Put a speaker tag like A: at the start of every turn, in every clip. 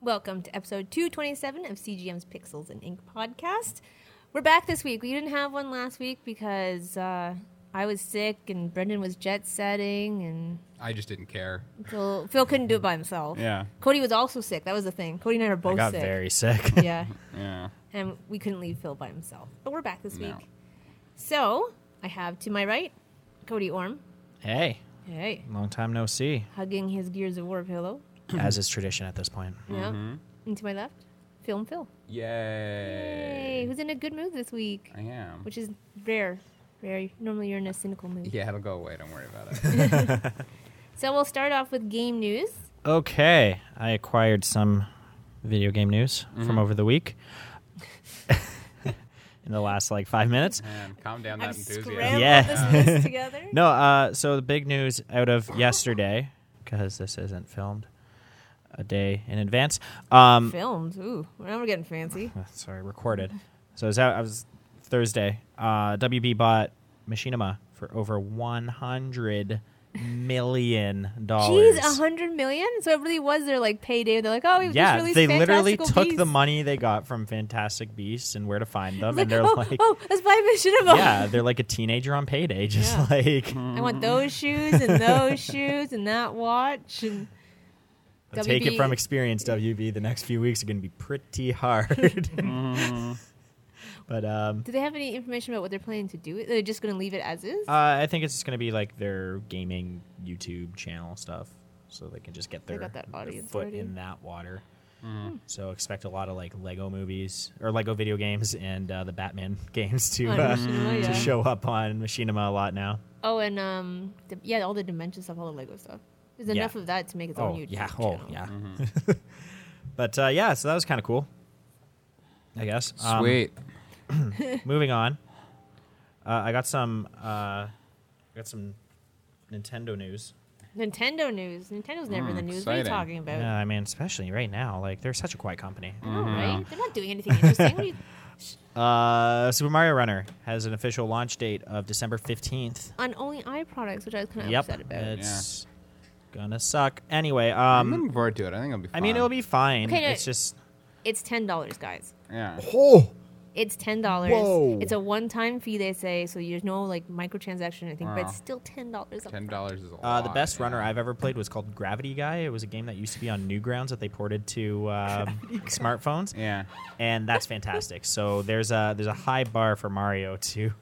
A: Welcome to episode 227 of CGM's Pixels and Ink podcast. We're back this week. We didn't have one last week because uh, I was sick and Brendan was jet setting and
B: I just didn't care.
A: Phil, Phil couldn't do it by himself.
C: Yeah.
A: Cody was also sick. That was the thing. Cody and I are both
C: I got
A: sick.
C: very sick.
A: yeah.
C: yeah.
A: And we couldn't leave Phil by himself. But we're back this
C: No.
A: week. So I have to my right Cody Orm.
C: Hey,
A: Hey.
D: Long time no see,
A: Hugging his Gears of War pillow.
D: as is tradition at this point.
A: Yeah.
C: Mm-hmm.
A: And to my left, Film Phil. Hey,
B: Yay!
A: who's in a good mood this week?
B: I am.
A: which is rare. Very normally you're in a cynical mood.
B: yeah, it'll go away. Don't worry about it.
A: So we'll start off with game news.
D: Okay, I acquired some video game news
A: Mm-hmm.
D: from over the week. In the last like five minutes.
B: Man, calm down
A: I've
B: that enthusiasm.
A: scrambled
D: Yeah.
A: this list together.
D: No, uh, so the big news out of yesterday, because this isn't filmed a day in advance. Um,
A: Filmed. Ooh, well, now we're getting fancy.
D: uh, sorry, recorded. So it was out. I was Thursday. Uh, WB bought Machinima for over one hundred million dollars.
A: Jeez, a hundred million. So it really was their like payday. They're like, oh, we
D: yeah,
A: just released
D: they literally
A: Fantastical
D: took
A: Beasts.
D: the money they got from Fantastic Beasts and where to find
A: I was
D: them,
A: like,
D: and they're
A: oh,
D: like,
A: oh, let's buy Mission of
D: yeah, they're like a teenager on payday, just
A: Yeah.
D: like
A: I want those shoes and those shoes and that watch and
D: take
A: WB.
D: it from experience. WB, the next few weeks are going to be pretty hard. but um,
A: Do they have any information about what they're planning to do? They're just going to leave it as is.
D: uh, I think it's just going to be like their gaming YouTube channel stuff, so they can just get
A: They
D: their,
A: got that
D: their
A: audience
D: foot
A: already. Hmm.
D: in that water. So expect a lot of like Lego movies or Lego video games and uh, the Batman games to
A: On
D: uh,
A: Machinima, yeah.
D: to show up on Machinima a lot now.
A: Oh, and um, the, yeah, all the dimension stuff, all the Lego stuff. There's
D: Yeah.
A: enough of that to make its own YouTube
D: yeah,
A: channel.
D: oh yeah. but uh, yeah, so that was kind of cool. I guess. Um,
B: Sweet.
D: moving on. Uh, I got some. Uh, I got some Nintendo news.
A: Nintendo news. Nintendo's never in
B: Mm,
D: Hmm,
A: the news. What are you
B: exciting.
A: talking about?
D: Yeah, I mean, especially right now, like they're such a quiet company.
A: I know,
D: Mm-hmm.
A: right? They're not doing anything interesting. What are you-
D: Uh, Super Mario Runner has an official launch date of December fifteenth.
A: on only eye products, which I was kind of
D: Yep,
A: upset about.
D: it's gonna suck. Anyway,
B: I'm
D: um,
B: looking forward to it. I think it'll be. Fun.
D: I mean, it'll be fine.
A: Okay, no-
D: it's just
A: It's ten dollars, guys.
B: Yeah.
C: Oh,
A: It's ten dollars.
C: Whoa.
A: It's a one-time fee, they say, so there's no like microtransaction or anything, but
B: Wow.
A: it's still ten dollars.
B: Ten dollars is a
D: Uh,
B: lot.
D: the best
B: yeah.
D: runner I've ever played was called Gravity Guy. It was a game that used to be on Newgrounds that they ported to um, smartphones,
B: Yeah.
D: and that's fantastic. So there's a there's a high bar for Mario to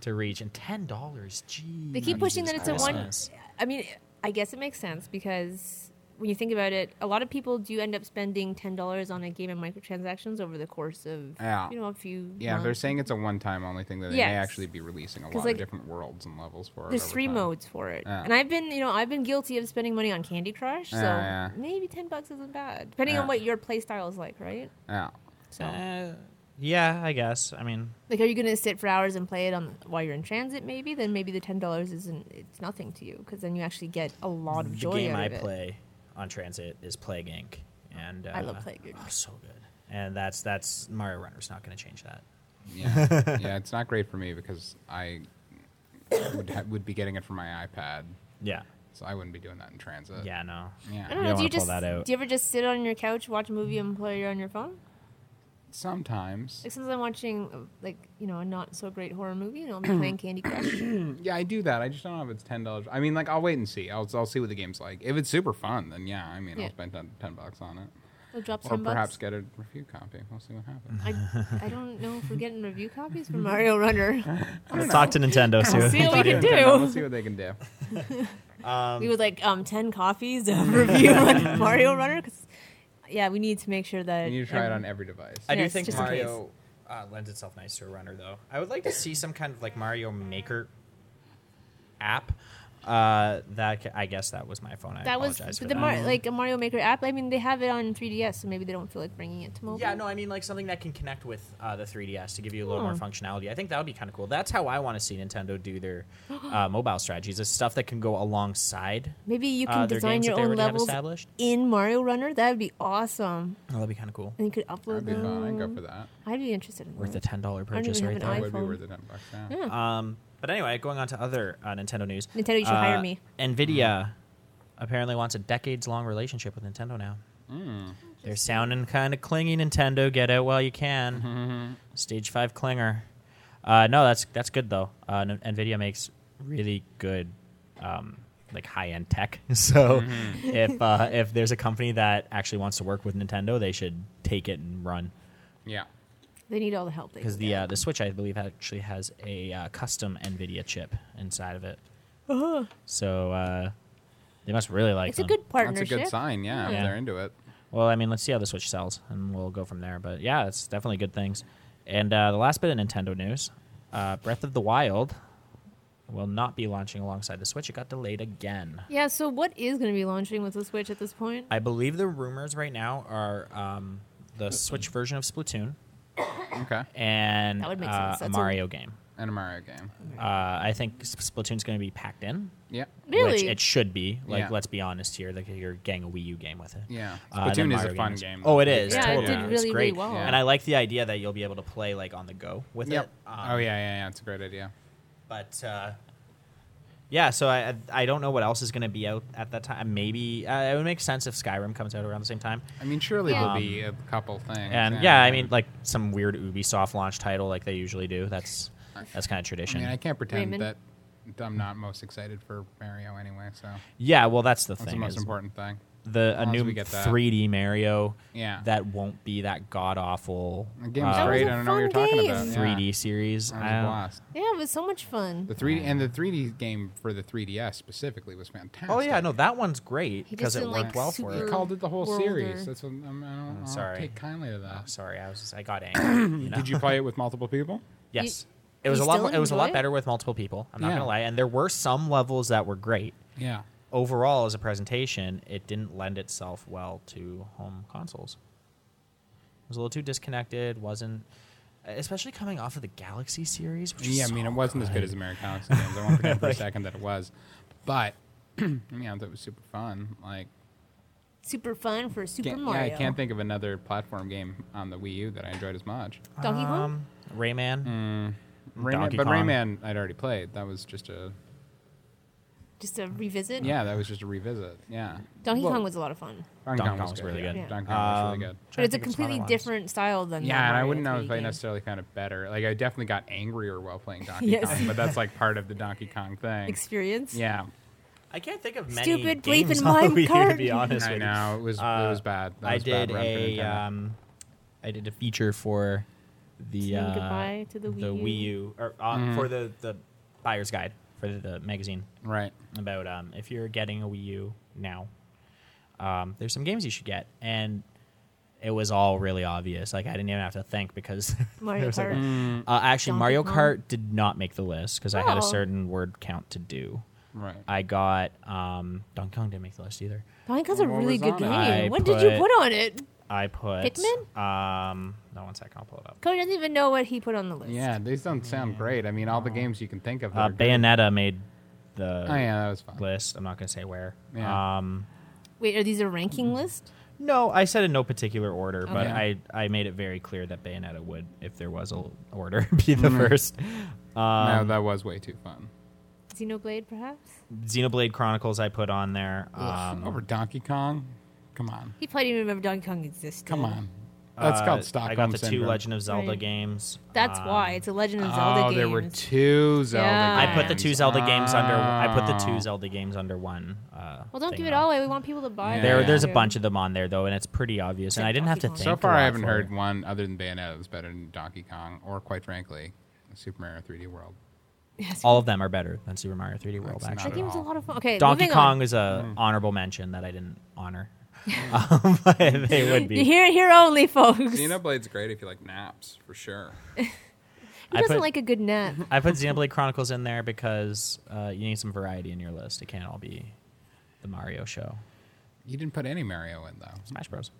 D: to reach, and ten dollars. Geez,
A: They keep pushing that it's a one.
D: Christmas.
A: I mean, I guess it makes sense because when you think about it, a lot of people do end up spending ten dollars on a game and microtransactions over the course of
B: Yeah.
A: you know a few.
B: Yeah,
A: months.
B: they're saying it's a one-time only thing that they may
A: Yes.
B: actually be releasing a lot
A: like,
B: of different worlds and levels for. it
A: There's
B: over
A: three
B: time.
A: modes for it,
B: Yeah.
A: and I've been, you know, I've been guilty of spending money on Candy Crush, so
B: Yeah, yeah.
A: maybe ten bucks isn't bad, depending on
B: Yeah.
A: what your play style is like, right?
B: Yeah.
A: So,
D: Uh, yeah, I guess. I mean,
A: like, are you going to sit for hours and play it on while you're in transit? Maybe then maybe the ten dollars isn't it's nothing to you because then you actually get a lot of
D: the
A: joy
D: game
A: out
D: I
A: of it.
D: play on transit is Plague Inc. And uh,
A: I love Plague Inc.
D: oh, so good. And that's that's Mario Runner's not going to change that.
B: Yeah. yeah. It's not great for me because I would ha- would be getting it from my iPad,
D: Yeah.
B: so I wouldn't be doing that in transit.
D: Yeah. No.
A: I
B: Yeah.
A: don't know. do
D: You don't
A: you
D: wanna pull
A: just
D: that out.
A: do you ever just sit on your couch, watch a movie, and play on your phone?
B: Sometimes.
A: Like since I'm watching uh, like you know a not so great horror movie, and I'll be playing Candy Crush.
B: Yeah, I do that. I just don't know if it's ten dollars. I mean, like I'll wait and see. I'll I'll see what the game's like. If it's super fun, then yeah, I mean,
A: Yeah.
B: I'll spend 10, 10 bucks on it,
A: I'll drop
B: or
A: some
B: perhaps
A: bucks.
B: get a review copy. We'll see what happens.
A: I, I don't know if we're getting review copies for Mario Runner.
D: Let's talk to Nintendo soon.
A: See what we can
B: Yeah, We'll
A: do.
B: see what they can do.
A: We would like um ten copies of review on Mario Runner because yeah, we need to make sure that
B: You need to try it on
A: um,
B: every device.
D: I
A: Yeah,
D: do
A: it's
D: think
A: just in case.
D: Mario uh, lends itself nice to a runner, though. I would like to see some kind of like Mario Maker app. Uh, that ca- I guess that was my phone. I
A: That was
D: apologize for
A: the
D: that.
A: Mar- like a Mario Maker app. I mean, they have it on 3DS, so maybe they don't feel like bringing it to mobile.
D: yeah, no, I mean like something that can connect with uh, the 3DS to give you a little more
A: Hmm.
D: functionality. I think that would be kind of cool. That's how I want to see Nintendo do their uh, mobile strategies. Is stuff that can go alongside
A: Maybe you can
D: uh, their
A: design
D: games that
A: your
D: they
A: own
D: already have
A: levels
D: established.
A: in Mario Runner. That would be awesome,
D: Oh, that'd be kind of cool.
A: and you could
B: That'd
A: upload
B: be fun. I'd go
A: them.
B: for that.
A: I'd be interested in
D: Worth a
A: that.
D: ten dollar
A: even
D: purchase
A: have
D: right
A: an
D: there.
B: That would be
A: iPhone.
B: worth the ten bucks. Yeah.
A: Yeah.
D: Um, but anyway, going on to other uh, Nintendo news. Uh,
A: Nintendo, you should hire me.
D: Nvidia apparently wants a decades-long relationship with Nintendo now. They're sounding kind of clingy, Nintendo. Get out while you can. Stage five clinger. Uh, no, that's that's good though. Uh, N- Nvidia makes really good, um, like high end tech. So if uh, if there's a company that actually wants to work with Nintendo, they should take it and run
B: Yeah.
A: They need all the help they
D: because
A: can
D: the
A: get.
D: uh, the Switch, I believe, actually has a uh, custom Nvidia chip inside of it. So uh, they must really like.
A: it's a
D: them.
A: good
B: That's a
A: partnership.
B: good sign. Yeah,
D: Yeah.
B: If they're into it.
D: Well, I mean, let's see how the Switch sells, and we'll go from there. But yeah, it's definitely good things. And uh, the last bit of Nintendo news: uh, Breath of the Wild will not be launching alongside the Switch. It got delayed again.
A: Yeah, so what is going to be launching with the Switch at this point?
D: I believe the rumors right now are um, the Switch version of Splatoon
B: Okay.
D: and
A: That would make
D: uh,
A: sense.
D: a
A: That's a-
D: Mario game.
B: And a Mario game.
D: Uh, I think S- Splatoon's going to be packed in,
B: Yeah.
D: which
A: Really?
D: it should be. Like,
B: Yeah.
D: let's be honest here, like you're getting a Wii U game with it.
B: Yeah.
D: Uh, and then
B: Splatoon is
D: Mario
B: a fun
D: games.
B: game.
D: Oh, it is.
A: Yeah, it
D: totally.
A: did
D: It's
A: really, really
D: great.
A: well.
D: And I like the idea that you'll be able to play like on the go with
B: Yep.
D: it. Um,
B: oh yeah, yeah, yeah. It's a great idea.
D: But uh, yeah, so I I don't know what else is going to be out at that time. Maybe uh, it would make sense if Skyrim comes out around the same time.
B: I mean, surely
A: Yeah.
B: there'll be a couple things.
D: Um, And yeah, I mean like some weird Ubisoft launch title like they usually do. That's that's kind of
B: I
D: tradition.
B: mean, I can't pretend
A: Raymond?
B: that I'm not most excited for Mario anyway. So
D: yeah, well that's the
B: that's the
D: thing.
B: most
D: is
B: important thing. As
D: The a
B: long as
D: new
B: we get that.
D: 3D Mario.
B: Yeah.
D: That won't be that god awful.
B: The game's
A: That was
B: great.
A: a
B: I don't know what you're
A: fun
B: talking
A: game.
B: about. Yeah.
D: 3D series.
B: That was
D: I
B: a
D: don't-
B: blast.
A: Yeah, it was so much fun.
B: The 3D and the 3D game for the 3DS specifically was fantastic.
D: Oh yeah, no, that one's great
A: He just
D: because it
A: didn't,
D: worked
A: like,
D: well
A: super-
D: for
B: They
D: it.
B: called it the whole
A: World
B: series.
A: or-
B: That's what I'm, I am i do not
D: sorry.
B: take kindly to that.
D: Sorry, I was just, I got angry. you know?
B: Did you play it with multiple people?
D: Yes.
A: You-
D: it was
A: you
D: a lot.
A: still
D: More, it was a
A: enjoy
D: lot
A: it?
D: better with multiple people. I'm not
B: Yeah.
D: gonna lie, and there were some levels that were great.
B: Yeah.
D: Overall, as a presentation, it didn't lend itself well to home consoles. It was a little too disconnected. wasn't especially coming off of the Galaxy series. Which
B: Yeah, I mean, it wasn't as good as American Galaxy games. I won't pretend for a second that it was, but yeah, that was super fun. Like,
A: super fun for Super
B: can't, yeah,
A: Mario.
B: I can't think of another platform game on the Wii U that I enjoyed as much.
A: Donkey Kong?
D: Um, Rayman.
B: Rayman,
D: Donkey
B: but
D: Kong.
B: Rayman, I'd already played. That was just a
A: Just a revisit.
B: yeah, that was just a revisit. Yeah,
A: Donkey
D: Well-
A: Kong was a lot of fun.
B: Donkey
D: Kong was really
B: Yeah.
D: good.
A: Yeah.
B: Donkey Kong was
D: Um,
B: really good.
D: trying to
A: But it's a
D: think of some other
A: completely
D: ones.
A: different style than that
B: Yeah, and I
A: Mario
B: wouldn't know
A: 3D
B: if I
A: game.
B: necessarily found it better. Like, I definitely got angrier while playing Donkey
A: Yes.
B: Kong, but that's like part of the Donkey Kong thing.
A: experience.
B: Yeah,
D: I can't think of many
A: Stupid bleep
D: games
A: and
D: on the
A: mime
D: Wii U, to
A: card.
D: be honest
B: I
D: with you.
B: know it was
D: Uh,
B: it was bad. That
D: I
B: was a bad
D: did
B: run for
D: a
B: Nintendo.
D: um, I did a feature for the
A: Saying
D: uh,
A: goodbye to the Wii U.
D: U, or uh,
B: Mm.
D: for the the buyer's guide for the, the magazine
B: right.
D: about um, if you're getting a Wii U now, um, there's some games you should get, and it was all really obvious. Like I didn't even have to think because
A: Mario
D: there was, like,
A: Kart.
B: mm,
D: uh, actually,
A: Donkey
D: Mario
A: Kong.
D: Kart did not make the list because I had a
A: Oh.
D: certain word count to do.
B: Right.
D: I got um, Donkey Kong didn't make the list either.
A: Donkey Kong's a
B: What
A: really
B: was
A: good
B: on it?
A: game.
D: I
A: what did you
D: put-
A: put on it?
D: I put
A: Pikmin?
D: Um, no, one second, I'll pull it up.
A: Cody doesn't even know what he put on the list.
B: Yeah, these don't sound great. I mean, all the games you can think of. that
D: Uh,
B: are good.
D: Bayonetta made the
B: Oh yeah, that was fun.
D: list. I'm not going to say where.
B: Yeah.
D: Um,
A: Wait, are these a
B: Mm-hmm.
A: ranking list?
D: no, I said in no particular order, but
B: Okay.
D: I, I made it very clear that Bayonetta would, if there was a order, be the
B: Mm-hmm.
D: first.
B: no,
D: Um,
B: that was way too fun.
A: Xenoblade, perhaps?
D: Xenoblade Chronicles I put on there.
B: Ugh,
D: Um,
B: Over Donkey Kong, come on,
A: He probably didn't even remember Donkey Kong existed.
B: come on. That's
D: uh,
B: called Stockholm
D: I got the
B: syndrome.
D: two Legend of Zelda
A: Right.
D: games.
A: That's
D: Um,
A: why. It's a Legend of
B: oh,
A: Zelda game.
B: there were two Zelda.
A: Yeah.
D: I put the
B: games.
D: two Zelda games under. I put the
B: Oh.
D: two Zelda games under one. Uh,
A: Well, don't
D: thing,
A: give it
D: though.
A: all away. We want people to buy
B: Yeah.
A: it.
D: There,
B: Yeah.
D: there's a bunch of them on there though, and it's pretty obvious. And
A: Like
D: I didn't have to
A: Donkey
D: think.
A: Kong.
B: So
D: a
B: far,
D: lot
B: I haven't
D: for
B: heard
D: it.
B: one other than Bayonetta that's better than Donkey Kong, or quite frankly, Super Mario 3D World.
A: Yes.
D: All of them are better than Super Mario 3D World.
B: That's not Hmm.
D: actually,
A: that game was a lot of fun. Okay,
D: Donkey
A: moving
D: Kong
A: On.
D: is a honorable mention that I didn't honor. um, but they would
A: You
D: be.
A: hear it here only, folks. Who
B: Xenoblade's great if you like naps, for sure.
D: I
A: doesn't
D: put,
A: like a good nap?
D: I put Xenoblade Chronicles in there because uh, you need some variety in your list. It can't all be the Mario show.
B: You didn't put any Mario in though.
D: Smash Bros.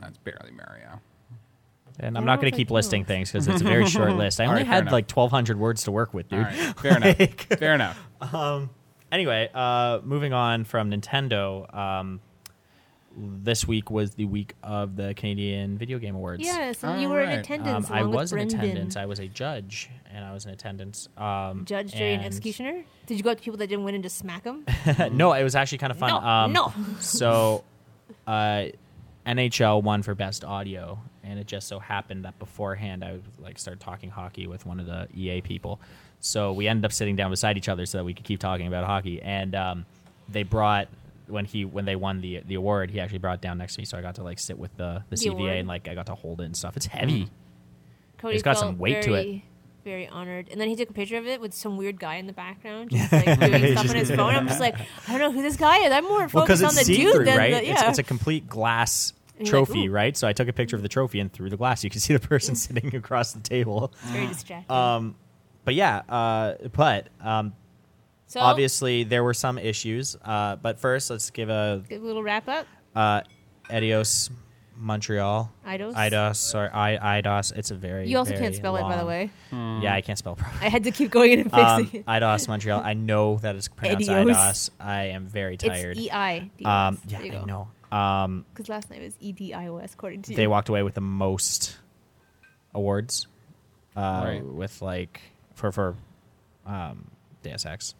B: That's barely Mario.
D: And
A: I don't
D: I'm not going
A: know
D: to
A: if
D: keep
A: I
D: listing
A: do.
D: things because it's a very short list. I
B: All
D: only
B: right, fair
D: had
B: enough.
D: like 1,200 words to work with, dude.
B: All right, fair enough.
D: Like-
B: fair enough.
D: anyway, uh, moving on from Nintendo, um, this week was the week of the Canadian Video Game Awards.
A: Yes, and
B: All
A: you were in
B: right.
A: attendance.
D: Um, I
A: along with
D: was in
A: Brendan.
D: attendance. I was a judge, and I was in attendance. Um,
A: Judge, jury, and
D: and-
A: executioner. Did you go up to people that didn't win and just smack them?
D: no, it was actually kind of fun.
A: No,
D: um,
A: no.
D: so, Um, uh, NHL won for best audio, and it just so happened that beforehand I would like start talking hockey with one of the EA people, so we ended up sitting down beside each other so that we could keep talking about hockey. And um, they brought when he when they won the the award, he actually brought it down next to me, so I got to like sit with the Mm. the,
A: The
D: CVA
A: award?
D: and like I got to hold it and stuff. It's heavy.
A: Cody
D: It's got some
A: felt
D: weight to it.
A: very, Very honored, and then he took a picture of it with some weird guy in the background, just like doing stuff on his phone. I'm just like, I don't know who this guy is. I'm more focused on the dude than
D: right?
A: the yeah.
D: it's, it's a complete glass
A: And you're like,
D: trophy,
A: "Ooh."
D: right? So I took a picture of the trophy, and through the glass, you can see the person sitting across the table.
A: It's very distracting.
D: Um, but yeah, uh, but um,
A: so,
D: obviously there were some issues. Uh, but first, let's give a
A: good little wrap up.
D: uh, Adios Montreal.
A: Idos?
D: Idos. Sorry, I, Idos. It's a very.
A: You also
D: very
A: can't spell it, by the
D: long-
A: way.
D: Yeah, I can't spell properly.
A: I had to keep going in and
D: Um,
A: fixing it.
D: Idos Montreal. I know that it's pronounced
A: Adios.
D: Idos. I am very tired.
A: It's E I D O S.
D: um, yeah, I know. Um,
A: Because last night was E D I O S, according to you.
D: they walked away with the most awards uh,
B: Right.
D: with like for for um, Deus Ex.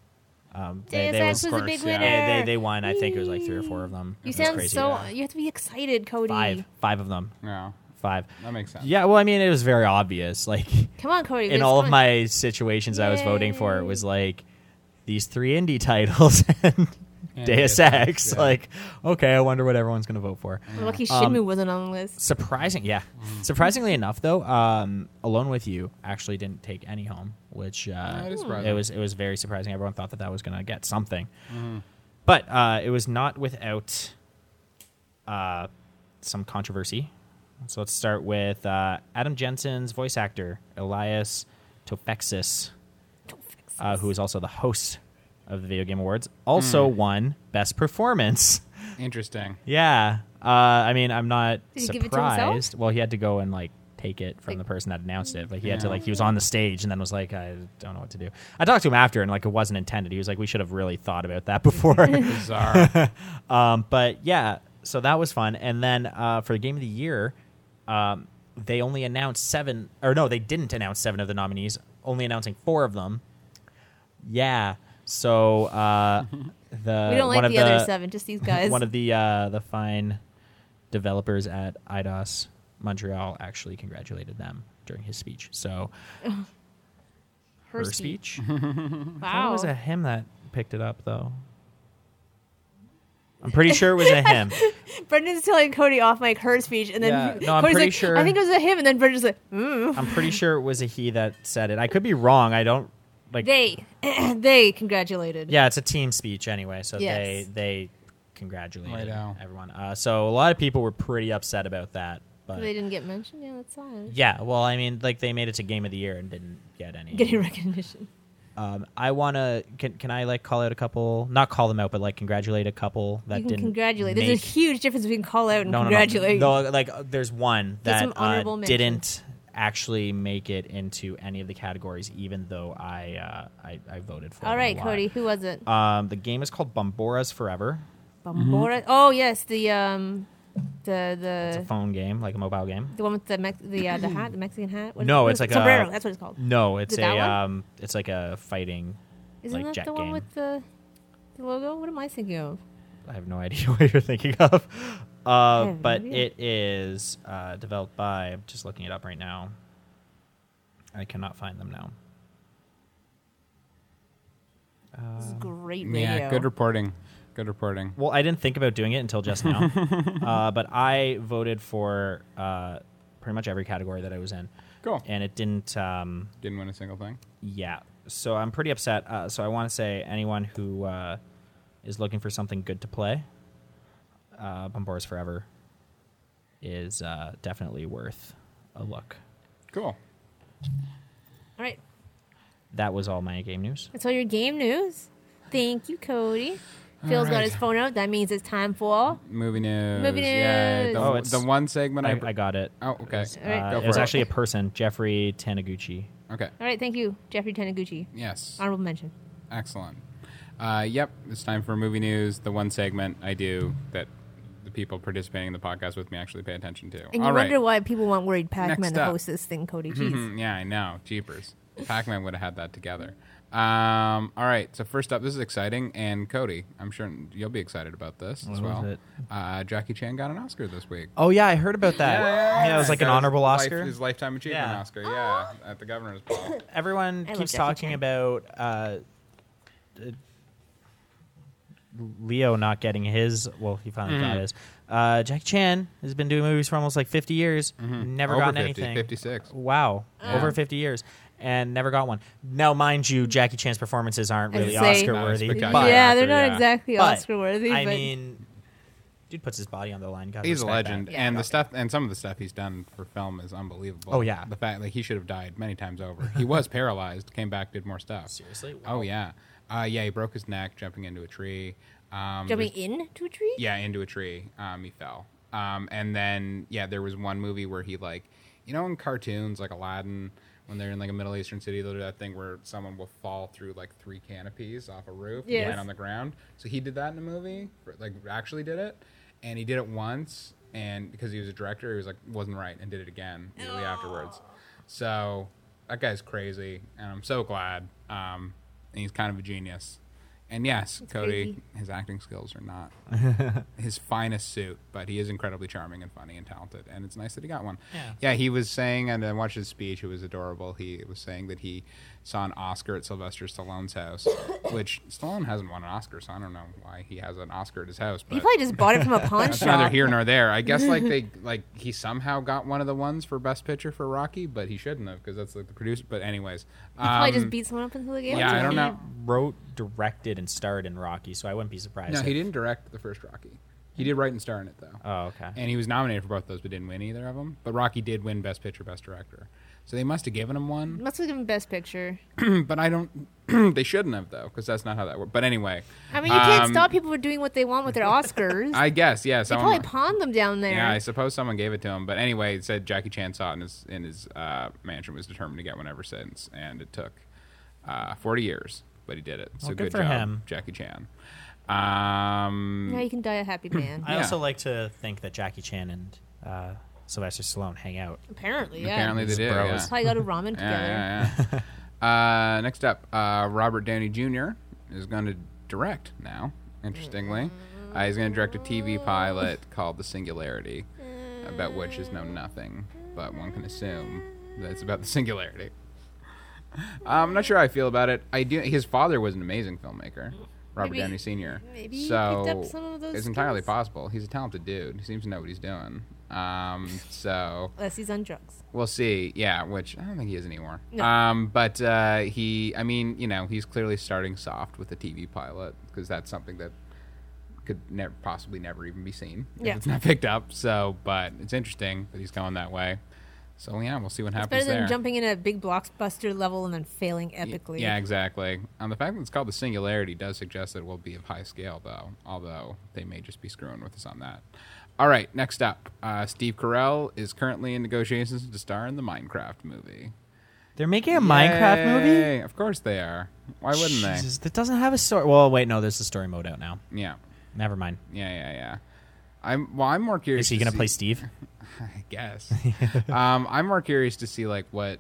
D: Um,
A: Deus Ex was a big
B: yeah.
A: winner.
D: They, they, they won. I think it was like three or four of them.
A: You
D: It was
A: sound
D: crazy.
A: so.
B: yeah.
A: You have to be excited, Cody.
D: five, five of them,
B: No,
D: five.
B: that makes sense.
D: Yeah, well, I mean, it was very obvious. Like
A: Come on, Cody.
D: in
A: just
D: all
A: come
D: of
A: on.
D: my situations, I was voting for it
A: Yay.
D: was like these three indie titles and,
B: And
D: Deus
B: Deus
D: Ex.
B: Ex, yeah.
D: Like, okay, I wonder what everyone's gonna vote for.
A: We're Lucky
D: Um,
A: Shinmu wasn't on the list.
D: Surprising, yeah.
B: Mm-hmm.
D: Surprisingly enough, though, um, Alone with You actually didn't take any home, which uh,
B: That is surprising.
D: it was it was very surprising. Everyone thought that that was going to get something,
B: Mm-hmm.
D: but uh, it was not without uh, some controversy. So let's start with uh, Adam Jensen's voice actor Elias Tofexis,
A: Don't fix
D: uh,
A: this.
D: who is also the host of the Video Game Awards, also
B: Hmm.
D: won Best Performance.
B: Interesting.
D: Yeah. Uh, I mean, I'm not
A: Did he give it to himself?
D: surprised. well, he had to go and like take it from
A: Like-
D: the person that announced it. Like he had to
B: Yeah.
D: like he was on the stage and then was like, I don't know what to do. I talked to him after and like it wasn't intended. He was like, we should have really thought about that before.
B: Bizarre.
D: um, but yeah, so that was fun. And then uh, for the game of the year, um, they only announced seven, or no, they didn't announce seven of the nominees, only announcing four of them. Yeah. So uh, the
A: we don't
D: uh, one
A: like
D: of
A: the other seven, just these guys.
D: one of the uh, the fine developers at IDOS Montreal actually congratulated them during his speech. So her, speech. I thought
A: Wow.
D: it was a him that picked it up though. I'm pretty sure it was a him.
A: Brendan's telling Cody off mic her speech, and then
D: Yeah, no, I'm
A: Cody's
D: pretty
A: like,
D: sure-
A: I think it was a him, and then Brendan's like, "Mm." ooh.
D: I'm pretty sure it was a he that said it. I could be wrong. I don't like.
A: They, they congratulated.
D: yeah, it's a team speech anyway, so
A: Yes.
D: they they congratulated
B: Righto.
D: everyone. Uh, so a lot of people were pretty upset about that. But
A: They didn't get mentioned. Yeah, that's sad.
D: Yeah, well, I mean, like they made it to game of the year and didn't get any.
A: Getting recognition.
D: Um, I want to. Can, can I like call out a couple? Not call them out, but like congratulate a couple that
A: you can
D: didn't.
A: congratulate.
D: Make,
A: There's a huge difference between call out and
D: no, no,
A: congratulate.
D: No, no, like uh, there's one
A: Get some
D: that
A: honorable
D: uh,
A: mention.
D: didn't actually make it into any of the categories, even though I uh, I, I voted for.
A: All
D: them a
A: right,
D: lot.
A: Cody, who was it?
D: Um, the game is called Bomboras Forever.
A: Bambora. Oh yes, the um, the
D: It's a
A: the
D: phone game, like a mobile game.
A: the one with the Mex- the uh, the hat, the Mexican hat. What is
D: No,
A: it?
D: it's like a-
A: sombrero. That's what it's called.
D: No, it's
A: Is it that
D: a
A: one?
D: um, it's like a fighting.
A: Isn't
D: like
A: that
D: jet
A: the one
D: game.
A: with the, the logo? What am I thinking of?
D: I have no idea what you're thinking of. Uh,
A: have no
D: but
A: idea.
D: it is uh, developed by, I'm just looking it up right now. I cannot find them now.
A: This is
D: Uh,
A: great radio.
B: yeah, good reporting. Good reporting.
D: Well, I didn't think about doing it until just now. uh, but I voted for uh, pretty much every category that I was in.
B: Cool.
D: And it didn't, um,
B: Didn't win a single thing.
D: yeah. So I'm pretty upset. Uh, so I want to say anyone who uh, is looking for something good to play, uh, Bombora's Forever is uh, definitely worth a look.
B: Cool.
A: All right,
D: That was all my game news.
A: that's all your game news. Thank you, Cody. Phil's got
B: right.
A: his phone out. That means it's time for.
B: Movie news.
A: Movie
B: Yeah,
A: news.
B: the,
D: Oh, it's-
B: the one segment I,
D: I, I got it.
B: Oh, okay.
D: It was,
A: All right.
D: uh,
B: Go
D: it was
B: for it.
D: actually a person, Jeffrey Taniguchi.
B: okay.
A: All right, thank you, Jeffrey Taniguchi.
B: Yes.
A: Honorable mention.
B: Excellent. Uh, yep, it's time for movie news. The one segment I do that the people participating in the podcast with me actually pay attention to.
A: And you
B: All right. Mm-hmm.
A: wonder why people want worried Pac-Man
B: Next
A: to
B: up.
A: host this thing, Cody. Jeez.
B: Mhm, yeah, I know. Jeepers. Pac Man would have had that together. Uh, Um, all right. So first up, this is exciting, and Cody, I'm sure you'll be excited about this as
D: What was
B: well.
D: it?
B: Uh, Jackie Chan got an Oscar this week.
D: Oh yeah, I heard about that. Yeah, it was like an
B: Got his
D: honorable
B: life-
D: Oscar.
B: his lifetime achievement
D: Yeah.
B: Oscar. Yeah, at the governor's ball.
D: Everyone
A: I love
D: keeps
A: Jackie
D: talking
A: Chan.
D: about uh, uh, Leo not getting his. Well, he finally
B: Mm-hmm.
D: got his. Uh, Jackie Chan has been doing movies for almost like 50 years. Never
B: Mm-hmm. Over
D: gotten
B: 50,
D: anything.
B: 56.
D: Wow,
B: Yeah.
D: over 50 years. And never got one. Now, mind you, Jackie Chan's performances aren't
A: I'd
D: really
A: say-
D: Oscar worthy.
B: Not as
D: But,
A: yeah, they're
B: actor,
A: not
B: yeah.
A: exactly
D: but,
A: Oscar worthy.
D: I
A: but
D: mean, dude puts his body on the line. Gotta
B: He's a
D: respect that.
B: legend,
A: Yeah.
B: and the stuff and some of the stuff he's done for film is unbelievable.
D: Oh, yeah.
B: the fact like he should have died many times over. He was paralyzed, came back, did more stuff.
D: Seriously?
B: Oh yeah, uh, yeah. He broke his neck jumping into a tree. Um,
A: jumping
B: there's-
A: in to a tree.
B: yeah, into a tree. Um, he fell. Um, and then yeah, there was one movie where he like, you know, in cartoons like Aladdin, when they're in like a Middle Eastern city, they'll do that thing where someone will fall through like three canopies off a roof and
A: Yes.
B: land on the ground. So he did that in a movie, or, like actually did it, and he did it once, and because he was a director, he was like wasn't right and did it again immediately afterwards. So that guy's crazy, and I'm so glad. Um, and he's kind of a genius. And yes, Cody,
A: crazy.
B: his acting skills are not his finest suit, but he is incredibly charming and funny and talented, and it's nice that he got one.
D: Yeah.
B: he was saying, and I watched his speech. It was adorable. He was saying that he saw an Oscar at Sylvester Stallone's house, which Stallone hasn't won an Oscar, so I don't know why he has an Oscar at his house. But
A: He probably just bought it from a pawn
B: that's neither
A: shop.
B: here nor there. I guess like they like he somehow got one of the ones for Best Picture for Rocky, but he shouldn't have because that's like the producer. But anyways,
A: Probably
B: um,
A: just beat someone up until the game.
B: yeah, I
A: over.
B: don't
D: He
B: know.
D: wrote, directed, and starred in Rocky, so I wouldn't be surprised.
B: No,
D: if-
B: he didn't direct the first Rocky. He did write and star in it though.
D: Oh, okay.
B: And he was nominated for both those, but didn't win either of them. But Rocky did win Best Picture, Best Director. So they must have given him one.
A: Must have given best picture.
B: but I don't. they shouldn't have though, because that's not how that works. But anyway,
A: I mean, you can't
B: um,
A: stop people from doing what they want with their Oscars.
B: I guess yeah.
A: they
B: Someone,
A: probably pawned them down there.
B: yeah, I suppose someone gave it to him. But anyway, it said Jackie Chan saw it in his in his uh, mansion, was determined to get one ever since, and it took uh, forty years, but he did it. So
D: Well,
B: good,
D: good for
B: job,
D: him.
B: Jackie Chan. Um,
A: now you can die a happy man.
D: I
B: Yeah.
D: also like to think that Jackie Chan and uh, Sylvester Stallone hang out.
A: Apparently, yeah.
B: apparently they
D: These
B: did.
D: bros.
B: yeah.
A: probably go to ramen together.
B: Yeah, yeah, yeah. uh, next up, uh, Robert Downey Jr. is going to direct now. Interestingly, uh, he's going to direct a TV pilot called The Singularity,
A: Uh,
B: about which is known nothing, but one can assume that it's about the singularity. Um, I'm not sure how I feel about it. I do. His father was an amazing filmmaker, Robert
A: Maybe-
B: Downey Sr.
A: maybe he
B: so
A: picked up some of those
B: it's entirely
A: skills.
B: possible. He's a talented dude. He seems to know what he's doing. Um, so
A: Unless he's on drugs.
B: We'll see. Yeah, which I don't think he is anymore.
A: No.
B: Um, but uh, he, I mean, you know, he's clearly starting soft with a TV pilot because that's something that could never possibly never even be seen if
A: Yeah.
B: it's not picked up. So, but it's interesting that he's going that way. So yeah, we'll see what
A: It's
B: happens
A: better than
B: there.
A: jumping in a big blockbuster level and then failing epically.
B: Yeah, exactly. Um, the fact that it's called the singularity does suggest that it will be of high scale, though. Although they may just be screwing with us on that. All right, next up, uh, Steve Carell is currently in negotiations to star in the Minecraft movie.
D: They're making a Minecraft movie.
B: Yay. Of course they are. Why wouldn't
D: Jesus, that doesn't have a story. Well, wait, no, there's the story mode out now.
B: they? Yeah,
D: Never mind.
B: yeah, yeah, yeah. I'm well. I'm more curious.
D: Is he
B: to
D: gonna
B: see-
D: play Steve?
B: I guess. um, I'm more curious to see like what,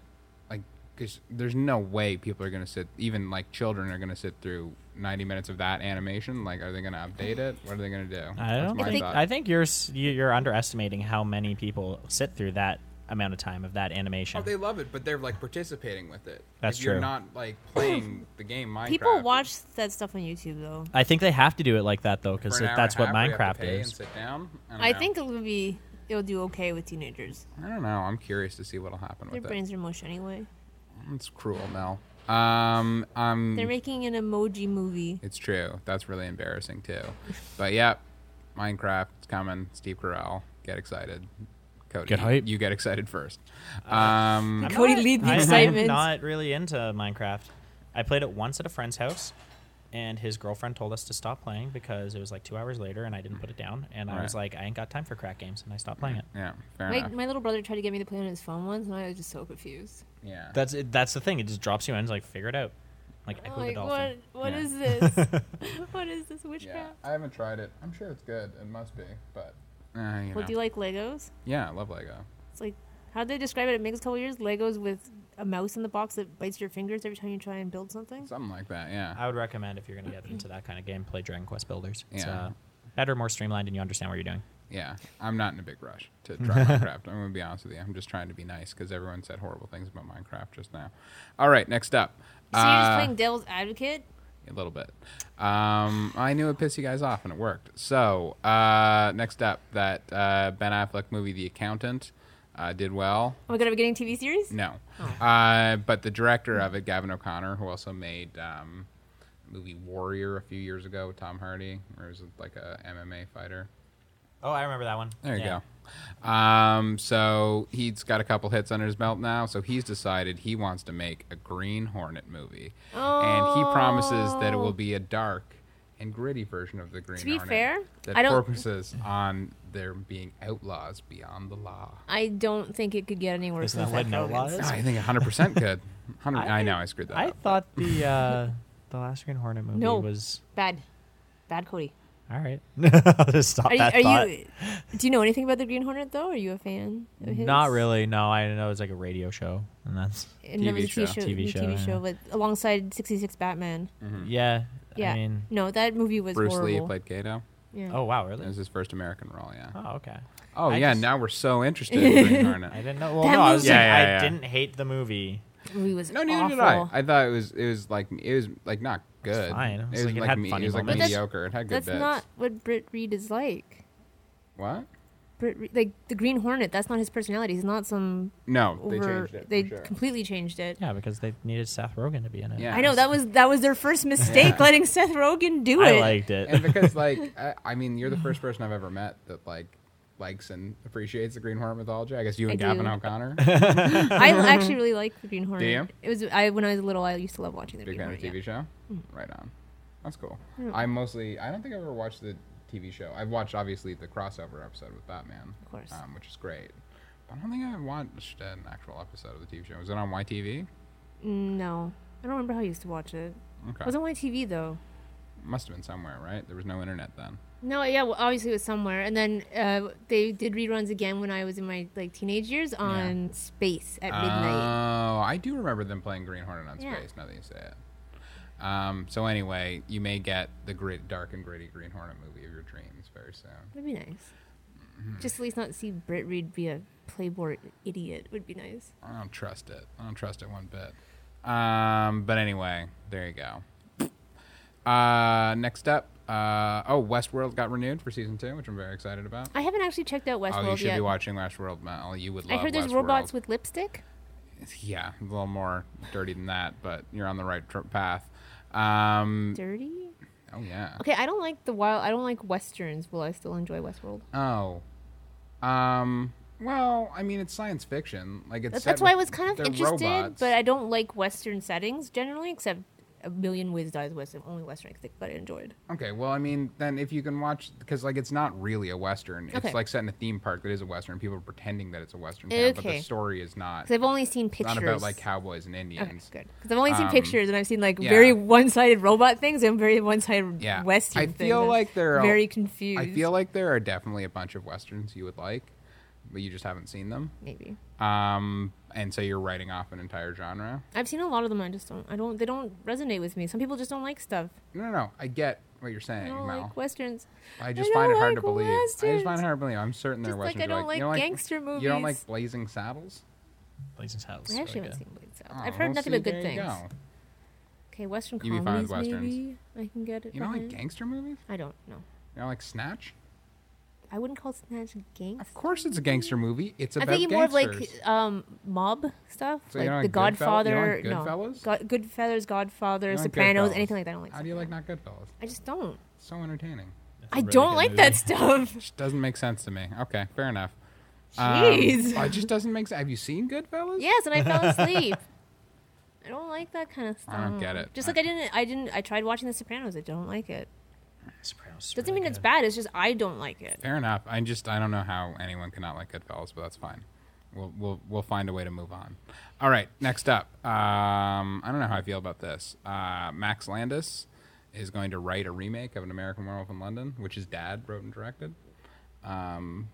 B: like, because there's no way people are gonna sit. Even like children are gonna sit through 90 minutes of that animation. Like, are they gonna update it? What are they gonna do?
D: I
B: That's
D: don't
B: my
D: think.
B: thought.
D: I think you're s- you- you're underestimating how many people sit through that amount of time of that animation.
B: Oh, they love it, but they're like participating with it.
D: That's
B: Like, You're
D: true.
B: not like playing the game Minecraft.
A: People watch that stuff on YouTube though.
D: I think they have to do it like that though,
B: For
D: because
B: an hour
D: that's
B: and a
D: what
B: half, we have
D: Minecraft
B: to pay and
D: is.
B: sit down? don't
A: I
B: know.
A: think it'll be it'll do okay with teenagers.
B: I don't know. I'm curious to see what'll happen
A: Their
B: with it.
A: brains are mush
B: Mm.
A: anyway.
B: It's cruel, Mel. Um, um,
A: They're making an emoji movie.
B: it's true. That's really embarrassing too. But yeah, Minecraft is coming. Steve Carell, get excited. Cody,
D: Get hype. Uh,
B: You get excited first. Um,
D: I'm
A: Cody
D: not-
A: lead the
D: I-
A: excitement.
D: I'm not really into Minecraft. I played it once at a friend's house, and his girlfriend told us to stop playing because it was like two hours later, and I didn't put it down. And I was
B: Right.
D: like, I ain't got time for crack games, and I stopped playing it.
B: yeah, fair
A: My,
B: enough.
A: my little brother tried to get me to play on his phone once, and I was just so confused.
B: yeah,
D: That's it, that's the thing. It just drops you in. It's like figure it out. Like
A: I'm
D: Echo the
A: like, what?
D: Dolphin.
A: What
B: Yeah.
A: is this? what is this
B: yeah.
A: witchcraft?
B: I haven't tried it. I'm sure it's good. It must be, but uh, you
A: Well,
B: know.
A: do you like Legos?
B: yeah, I love Lego.
A: It's like How'd they describe it at Ming's a couple years? Legos with a mouse in the box that bites your fingers every time you try and build something?
B: Something like that, yeah.
D: I would recommend if you're going to get into that kind of game, play Dragon Quest Builders. It's
B: Yeah.
D: uh, better, more streamlined, and you understand what you're doing.
B: Yeah. I'm not in a big rush to try Minecraft. I'm going to be honest with you. I'm just trying to be nice because everyone said horrible things about Minecraft just now. All right, next up.
A: So you're just
B: Uh,
A: playing devil's advocate?
B: a little bit. Um, I knew it pissed you guys off, and it worked. So uh, next up, that uh, Ben Affleck movie, The Accountant, uh, did well.
A: Oh my god, are we getting TV series?
B: No, uh, but the director of it, Gavin O'Connor, who also made um, the movie Warrior a few years ago with Tom Hardy, where he was like a MMA fighter.
D: Oh, I remember that one.
B: There you go. Um, so he's got a couple hits under his belt now, so he's decided he wants to make a Green Hornet movie, and he promises that it will be a dark and gritty version of the Green.
A: Oh. be
B: Hornet
A: fair,
B: that
A: I don't-
B: focuses on there being outlaws beyond the law.
A: I don't think it could get any worse
D: Isn't
A: than
D: that what No Law
A: Rogan's.
D: is?
B: I think 100 percent good. 100, I, know I screwed that
D: I
B: up.
D: thought the uh, the last Green Hornet movie
A: No.
D: was
A: Bad. Bad Cody.
D: all right. I'll just stop
B: Oh,
A: Are you,
D: that
A: are
D: thought.
A: you do you know anything about the Green Hornet though? Are you a fan of his?
D: Not really. No, I know it's like a radio show, and that's
A: And there was a TV
B: TV show.
A: show,
D: TV
A: new
D: show,
A: TV
D: yeah.
A: show with alongside 66 Batman.
B: Hmm.
D: yeah.
A: Yeah.
D: I mean,
A: no, that movie was
B: Mm-hmm. Bruce
A: horrible.
B: Lee played Kato.
A: yeah.
D: oh wow, really?
B: It was his first American role. Yeah.
D: Oh okay.
B: Oh
D: I
B: yeah.
D: just-
B: now we're so interested in Green Hornet.
D: I didn't know. Well,
A: That
D: no, I was
A: movie-
D: like,
B: Yeah, yeah, yeah.
D: I didn't hate the movie.
A: That movie was
B: No, neither
A: awful.
B: did I. I thought it was it was like it was like not good.
D: fine. It was like, it had funny
B: it was like
D: moments.
A: But that's-
B: mediocre. It had good
A: That's
B: bits.
A: not what Britt Reed is like.
B: What?
A: Britt Re- like the Green Hornet, that's not his personality. He's not some
B: No, they
A: over.
B: changed it.
A: They
B: for sure.
A: completely changed it.
D: Yeah, because they needed Seth Rogen to be in it.
B: Yeah.
A: I know that was that was their first mistake,
B: Yeah.
A: letting Seth Rogen do
D: I
A: it.
D: liked it.
B: and because like I, I mean, you're the first person I've ever met that like likes and appreciates the Green Hornet mythology. I guess you
A: I
B: and
A: do.
B: Gavin O'Connor,
A: I actually really liked the Green Hornet.
B: you?
A: It was I when I was little, I used to love watching the
B: big
A: Green
B: fan of
A: Hornet.
B: the TV show.
A: Hmm.
B: Right on. That's cool. I mostly I don't think I've ever watched the TV show. I've watched obviously the crossover episode with Batman,
A: Of course.
B: um, which is great. But I don't think I watched an actual episode of the TV show. Was it on YTV?
A: yeah. Mm, No, I don't remember how I used to watch it.
B: Okay.
A: It was on my TV though.
B: Must have been somewhere, right? There was no internet then.
A: No, yeah, well, obviously it was somewhere, and then uh, they did reruns again when I was in my like teenage years on Space
B: Uh,
A: at midnight.
B: Oh, I do remember them playing Green Hornet on
A: Yeah.
B: Space. Now that you say it. Um, so anyway, you may get the grit, dark and gritty Green Hornet movie of your dreams very soon.
A: That'd be nice. Just at least not see Britt Reed be a playboy idiot would be nice.
B: I don't trust it. I don't trust it one bit. Um, but anyway, there you go. Uh, next up, uh, oh, Westworld got renewed for season two, which I'm very excited about.
A: I haven't actually checked out
B: Oh,
A: Westworld
B: you should
A: yet.
B: be watching Westworld, Mel. You would
A: I
B: love
A: heard there's
B: Westworld.
A: robots with lipstick.
B: yeah, a little more dirty than that, but you're on the right tr- path. Um,
A: Dirty.
B: oh yeah.
A: Okay, I don't like the wild. I don't like westerns. Will I still enjoy Westworld?
B: Oh. Um. Well, I mean, it's science fiction. Like it's
A: That's,
B: set
A: that's why I
B: with-
A: was kind of
B: they're
A: interested,
B: robots.
A: but I don't like western settings generally, except a million ways dies west. the Only western I could think that I enjoyed.
B: okay. Well, I mean, then if you can watch, because like it's not really a western.
A: Okay.
B: It's like set in a theme park that is a western. People are pretending that it's a western, town, but
A: Okay.
B: the story is not.
A: Because I've only seen
B: It's
A: pictures.
B: not about like cowboys and
A: Okay,
B: Indians.
A: Oh, good. Because I've only seen
B: Um,
A: pictures and I've seen like
B: yeah.
A: very one-sided robot things and very one-sided
B: Yeah.
A: western
B: I
A: things.
B: feel
A: I'm
B: like there are-
A: very confused.
B: I feel like there are definitely a bunch of westerns you would like, but you just haven't seen them.
A: maybe
B: Um, and so you're writing off an entire genre.
A: I've seen a lot of them. I just don't. I don't. They don't resonate with me. Some people just don't like stuff.
B: No, no, no. I get what you're saying,
A: I don't
B: Mel.
A: like westerns.
B: I just
A: I
B: find
A: don't
B: it hard to
A: like
B: believe. I
A: westerns.
B: just find it hard to believe. I'm certain there are
A: Just like
B: westerns.
A: I
B: you
A: don't
B: you don't
A: like
B: like
A: gangster
B: You don't like
A: movies.
B: Blazing Saddles?
D: Blazing Saddles.
A: I
D: is
A: actually
D: really
A: haven't
D: good.
A: seen Blades Out.
B: Oh,
A: I've heard
B: well,
A: nothing
B: see,
A: but good
B: there
A: things.
B: You, go.
A: Okay, Western
B: You'd be fine with
A: comedies,
B: westerns.
A: maybe I can get it.
B: you don't like
A: behind.
B: gangster movies?
A: I don't know.
B: You don't like Snatch?
A: I wouldn't call Snatch
B: Of
A: gangster.
B: course, it's a gangster movie. It's
A: Mm-hmm. I
B: about
A: think you more of
B: gangsters.
A: like um, mob stuff,
B: So
A: like The
B: you don't like Goodfell- you
A: Godfather.
B: don't like Goodfellas?
A: no, Go- Goodfellas, Godfather,
B: You don't like
A: Sopranos,
B: Goodfellas.
A: anything like that. I don't like.
B: How do you like Not Goodfellas?
A: I just don't.
B: It's so entertaining.
D: It's a
A: I
D: really
A: don't
D: good
A: like
D: movie.
A: that stuff.
B: Just doesn't make sense to me. Okay, fair enough.
A: Jeez.
B: Um, oh, it just doesn't make sense. Have you seen Goodfellas?
A: yes, and I fell asleep. I don't like that kind of stuff.
B: I don't get it.
A: Just like I didn't. I didn't. I tried watching The Sopranos. I don't like it.
D: Sopranos is
A: Doesn't
D: really
A: mean it's
D: good.
A: bad. It's just I don't like it.
B: Fair enough. I just I don't know how anyone cannot like Goodfellas, but that's fine. We'll we'll we'll find a way to move on. All right, next up. Um, I don't know how I feel about this. Uh, Max Landis is going to write a remake of An American Werewolf in London, which his dad wrote and directed. Um,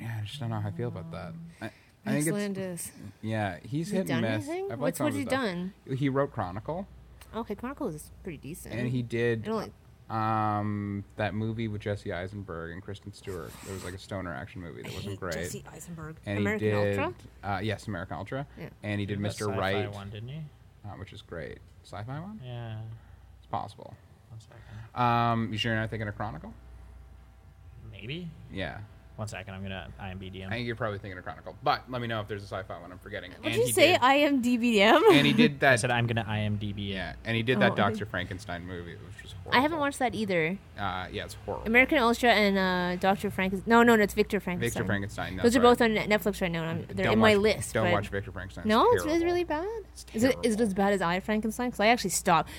B: yeah, I just don't know how I feel about that. I, I think
A: Max
B: it's-
A: Landis.
B: Yeah, he's
A: Has he
B: hit
A: done
B: and miss.
A: anything?
B: I've liked
A: What's
B: some
A: what
B: of
A: he
B: his stuff.
A: done?
B: He wrote Chronicle,
A: Okay, Chronicles is pretty decent.
B: and he
A: I
B: did
A: don't like.
B: um, that movie with Jesse Eisenberg and Kristen Stewart. It was like a stoner action movie
A: I
B: that
A: hate
B: wasn't great.
A: Jesse Eisenberg.
B: and
A: American
B: he did
A: Ultra.
B: Uh, yes, American Ultra,
A: Yeah.
B: and he did
D: That
B: Mr.
D: sci-fi
B: Right,
D: one, didn't he?
B: uh, which is great. Sci-fi one?
D: Yeah.
B: It's possible.
D: One second.
B: Um, you sure you're not thinking of Chronicle?
D: Maybe.
B: Yeah,
D: One second. I'm gonna IMDb him.
B: I think you're probably thinking of Chronicle. But let me know if there's a sci-fi one I'm forgetting.
A: Would
B: and
A: you
B: he
A: say
B: Did,
A: IMDbM?
B: and he did
D: I
B: that.
D: said I'm gonna IMDb.
B: yeah, and he did
A: Oh,
B: that
A: I think-
B: Doctor Frankenstein movie, which was horrible.
A: I haven't watched that either.
B: Uh, yeah, it's horrible.
A: American Ultra and uh, Doctor Frank. No, no, no, it's Victor Frankenstein.
B: Victor Frankenstein. no,
A: Those are
B: sorry.
A: both on Net- Netflix right now. And I'm, they're
B: Don't
A: in my
B: watch-
A: list.
B: Don't
A: but-
B: watch Victor Frankenstein.
A: No, it's, it's
B: terrible.
A: really bad.
B: It's
A: Is it, is it
B: terrible.
A: as bad as I Frankenstein? Because I actually stopped.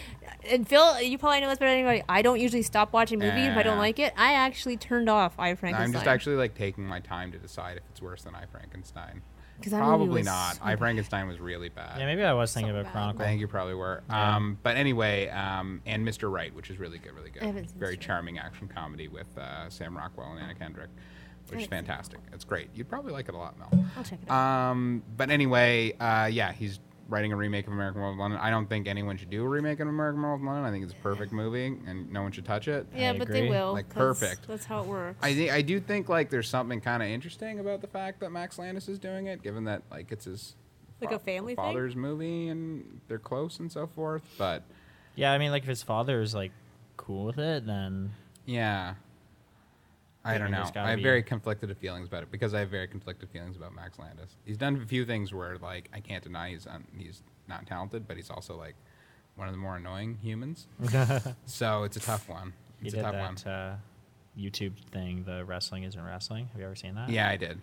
A: And Phil, you probably know this better than anybody. I don't usually stop watching movies if I don't
B: Nah.
A: like it. I actually turned off I Frankenstein.
B: I'm just actually like taking my time to decide if it's worse than I Frankenstein.
A: 'Cause that movie
B: Probably
A: was
B: not.
A: so
B: I Frankenstein was really bad.
D: Yeah, maybe I was thinking
A: So
D: about
A: bad.
B: I
D: Chronicle.
B: think you probably were. Um, but anyway, um, and Mr. Right, which is really good, really good.
A: I haven't seen
B: Very
A: Mr. Right.
B: charming action comedy with uh, Sam Rockwell and Anna Kendrick, which is
A: haven't seen
B: fantastic. It's great. You'd probably like it a lot, Mel.
A: I'll check it out.
B: Um, but anyway, uh, yeah, he's writing a remake of American Werewolf in London. I don't think anyone should do a remake of American Werewolf in London. I think it's a perfect movie, and no one should touch it.
A: yeah,
D: I
A: but they
D: agree.
A: will.
B: Like,
A: 'cause
B: perfect.
A: That's how it works.
B: I think I do think like there's something kind of interesting about the fact that Max Landis is doing it, given that like it's his
A: Like a family thing?
B: father's movie and they're close and so forth. But
D: Yeah, I mean, like if his father is like cool with it, then
B: yeah, I
D: Yeah,
B: don't
D: and
B: know.
D: there's gotta
B: I have
D: be-
B: very conflicted feelings about it because I have very conflicted feelings about Max Landis. He's done a few things where like I can't deny he's un- he's not talented, but he's also like one of the more annoying humans. so it's a tough one.
D: he
B: It's
D: did
B: a tough one.
D: that uh, YouTube thing, the wrestling isn't wrestling. Have you ever seen that?
B: Yeah, I did.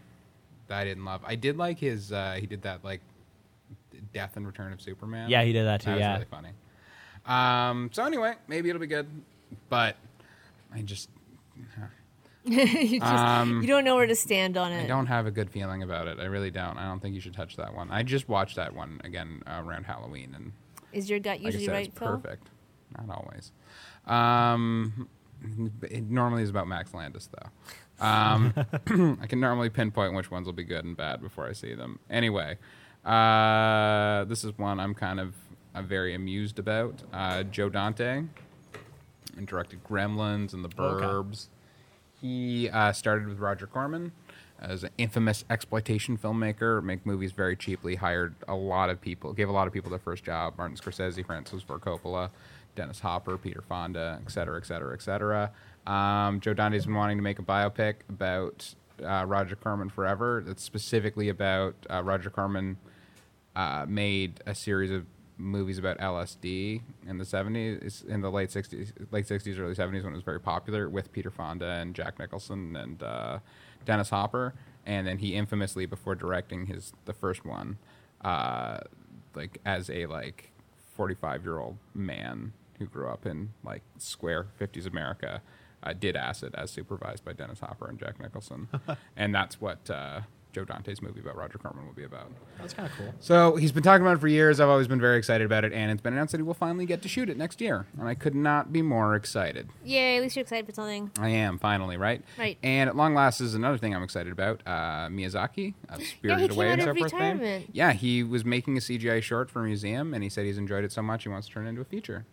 B: That I didn't love. I did like his. Uh, he did that like Death and Return of Superman.
D: Yeah, he did that too,
B: That
D: yeah.
B: was really funny. Um, so anyway, maybe it'll be good, but I just
A: you, just,
B: Um,
A: you don't know where to stand on it.
B: I don't have a good feeling about it. I really don't. I don't think you should touch that one. I just watched that one again uh, around Halloween, and
A: Is your gut
B: like
A: usually
B: I said,
A: right,
B: it's
A: Phil?
B: perfect. Not always. Um, it normally is about Max Landis though. Um, I can normally pinpoint which ones will be good and bad before I see them. Anyway, uh, this is one I'm kind of uh, very amused about. Uh, Joe Dante and directed Gremlins and The
D: Okay.
B: Burbs. He uh, started with Roger Corman as an infamous exploitation filmmaker, make movies very cheaply, hired a lot of people, gave a lot of people their first job. Martin Scorsese, Francis Ford Coppola, Dennis Hopper, Peter Fonda, et cetera, et cetera, et cetera. Um, Joe Dante's been wanting to make a biopic about uh, Roger Corman forever. That's specifically about uh, Roger Corman uh, made a series of movies about LSD in the 70s, in the late 60s, late 60s, early 70s when it was very popular with Peter Fonda and Jack Nicholson and uh, Dennis Hopper. And then he infamously, before directing his the first one, uh, like as a like 45 year old man who grew up in like square 50s America, uh, did acid as supervised by Dennis Hopper and Jack Nicholson, and that's what uh, Joe Dante's movie about Roger Corman will be about.
D: that's kind of cool.
B: So he's been talking about it for years. I've always been very excited about it, and it's been announced that he will finally get to shoot it next year. And I could not be more excited.
A: Yay, at least you're excited for something.
B: I am finally right.
A: Right.
B: And at long last is another thing I'm excited about. Uh, Miyazaki, uh, Spirited
A: came
B: Away,
A: out
B: and so
A: of
B: forth. fame.
A: retirement.
B: Yeah, he was making a CGI short for a museum, and he said he's enjoyed it so much he wants to turn it into a feature.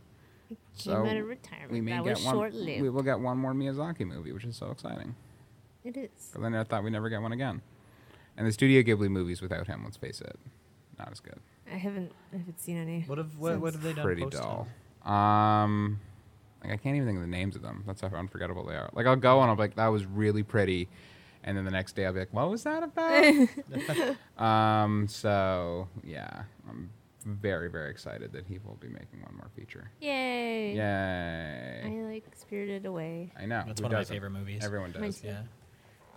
A: Came
B: So
A: out of retirement.
B: We may
A: that
B: get
A: was
B: one.
A: short
B: We
A: lived.
B: will get one more Miyazaki movie, which is so exciting.
A: It is.
B: But then I thought we'd never get one again. And the Studio Ghibli movies without him, let's face it, not as good.
A: I haven't, I haven't seen any.
D: What have what, what have they done?
B: pretty
D: post
B: dull. Um, like I can't even think of the names of them. That's how unforgettable they are. Like I'll go and I'll be like, that was really pretty, and then the next day I'll be like, what was that about? um, so yeah, I'm very very excited that he will be making one more feature.
A: Yay. I
B: Yay!
A: like Spirited Away.
B: I know.
D: That's
B: who
D: one of my
B: doesn't?
D: favorite movies.
B: Everyone
A: Mine
B: does.
A: too.
D: Yeah.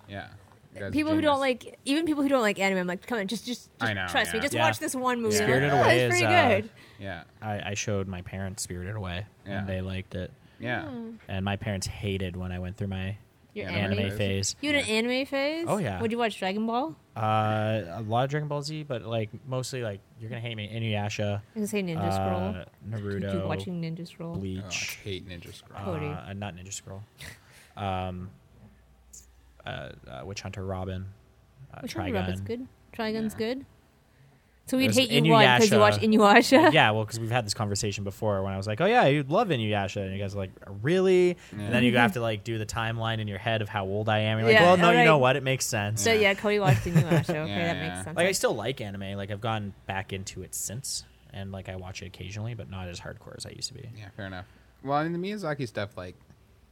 B: Yeah. You guys are
A: people who don't
B: genius.
A: like, even people who don't like anime, I'm like, come on, just, just, just
B: I know,
A: trust me,
B: yeah.
A: just
D: Yeah.
A: watch this one movie.
B: Yeah.
A: I'm like,
D: Spirited
A: "Oh,
D: Away
A: it's
D: is,
A: pretty
D: uh,
A: good.
B: Yeah.
D: I, I showed my parents Spirited Away,
B: Yeah.
D: and they liked it.
B: Yeah.
A: Hmm.
D: And my parents hated when I went through my
A: Your
B: Yeah,
A: anime.
D: anime
B: phase.
D: phase.
A: You in an anime phase?
D: Oh, yeah.
A: Would you watch Dragon Ball?
D: Uh, a lot of Dragon Ball Z, but like mostly like you're gonna hate me, Inuyasha,
A: I'm gonna say Ninja Scroll.
D: uh,
A: Keep
D: Naruto,
A: watching Ninja Scroll.
B: Oh, I
D: Bleach.
B: hate Ninja Scroll.
A: Cody.
D: Uh, not Ninja Scroll. Um, uh, uh, Witch Hunter Robin. Uh,
A: Which
D: Trigun.
A: one? Robin's good. Trigun's good. So we'd
D: There's
A: hate you one because you watch Inuyasha.
D: yeah, well, because we've had this conversation before when I was like, "Oh yeah, you'd love Inuyasha," and you guys are like, "Really?"
B: Yeah.
D: And then you have to like do the timeline in your head of how old I am. You're like,
A: Yeah,
D: "Well, no, you know
A: alright.
D: what? It makes sense."
A: So yeah, Cody watched Inuyasha. Okay,
B: Yeah,
A: that
B: yeah.
A: makes sense.
D: Like I still like anime. Like I've gone back into it since, and like I watch it occasionally, but not as hardcore as I used to be.
B: Yeah, fair enough. Well, I mean, the Miyazaki stuff, like,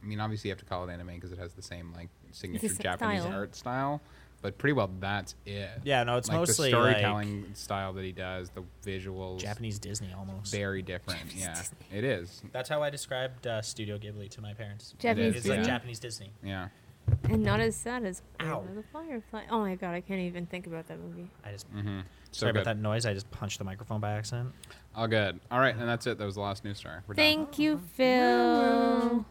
B: I mean, obviously you have to call it anime because it has the same like signature
A: s-
B: Japanese
A: style.
B: art style, but pretty well that's it.
D: Yeah, no, it's
B: like
D: mostly,
B: the storytelling style that he does, the visuals,
D: Japanese Disney almost.
B: very different. yeah, it is.
D: That's how I described uh, Studio Ghibli to my parents.
A: Japanese
B: It is,
D: It's like
B: yeah.
A: Disney.
D: Japanese Disney.
B: Yeah,
A: and not as sad as
D: Ow.
A: Over the Firefly. Oh my god, I can't even think about that movie.
D: I just
B: so
D: sorry
B: good.
D: about that noise. I just punched the microphone by accident.
B: All good. All right, and that's it. That was the last news story. We're done.
A: Thank you, Phil.
D: I'm
A: What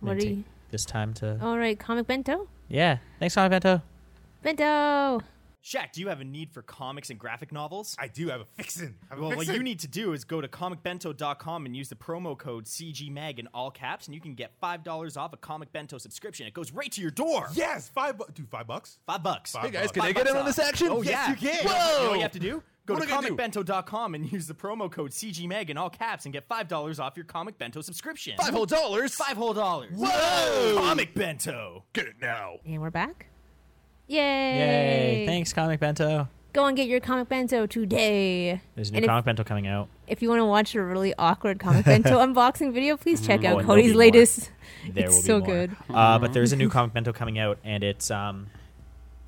D: gonna
A: are
D: take
A: you? Oh.
D: This time to
A: All right, comic bento.
D: yeah. Thanks, Sonic Bento.
A: Bento.
D: Shaq, do you have a need for comics and graphic novels?
C: I do have a fixin'. I have a
D: Well, what
C: fixin'.
D: you need to do is go to comicbento.com and use the promo code CGMAG in all caps, and you can get $5 off a Comic Bento subscription. It goes right to your door.
C: Yes, five. Bu- dude, five bucks.
D: Five bucks.
C: Hey, guys, can
D: Five
C: I
D: bucks off. Oh,
C: yes,
D: yeah.
C: you can.
D: You know what you have to do? Go
C: What
D: to
C: do I gotta do?
D: comicbento.com and use the promo code CGMAG in all caps and get $5 off your Comic Bento subscription.
C: Five whole dollars.
D: Five whole dollars.
C: Whoa!
D: Comic Bento.
C: Get it now.
A: And we're back. Yay!
D: Comic Bento.
A: Go and get your comic bento today.
D: There's a
A: And
D: new
A: if-
D: Comic Bento coming out.
A: If you want to watch a really awkward comic bento unboxing video, please check
D: Oh,
A: out
D: and there'll be
A: Cody's
D: more.
A: latest.
D: There
A: It's
D: will be
A: so
D: more.
A: good.
D: Uh, but there's a new Comic Bento coming out, and it's um,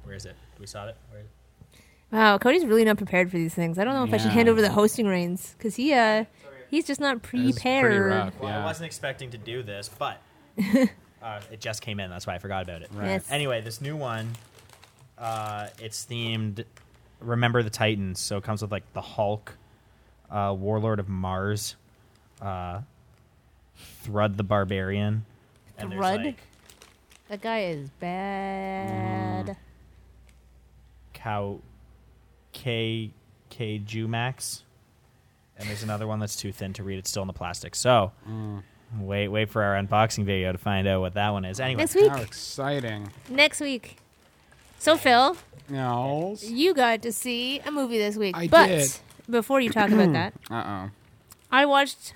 D: where is it? We saw it. Where is it?
A: Wow, Cody's really not prepared for these things. I don't know if I should hand
B: Yeah.
A: over the hosting reins because he uh, he's just not
B: That's pretty
A: prepared.
B: rough.
D: Well, I
B: yeah.
D: wasn't expecting to do this, but uh, it just came in. That's why I forgot about it.
B: Right.
A: Yes.
D: Anyway, this new one, uh, it's themed "Remember the Titans," so it comes with like the Hulk, uh, Warlord of Mars, uh, Thrud the Barbarian, and there's,
A: Thrud?
D: like,
A: That guy is bad.
B: Mm.
D: Cow K K Jumax. And there's another one that's too thin to read. It's still in the plastic. So wait, wait for our unboxing video to find out what that one is. Anyway,
A: Next week.
B: How exciting!
A: Next week. So Phil,
B: No.
A: you got to see a movie this week.
B: I
A: but
B: did.
A: before you talk about that,
B: Uh oh.
A: I watched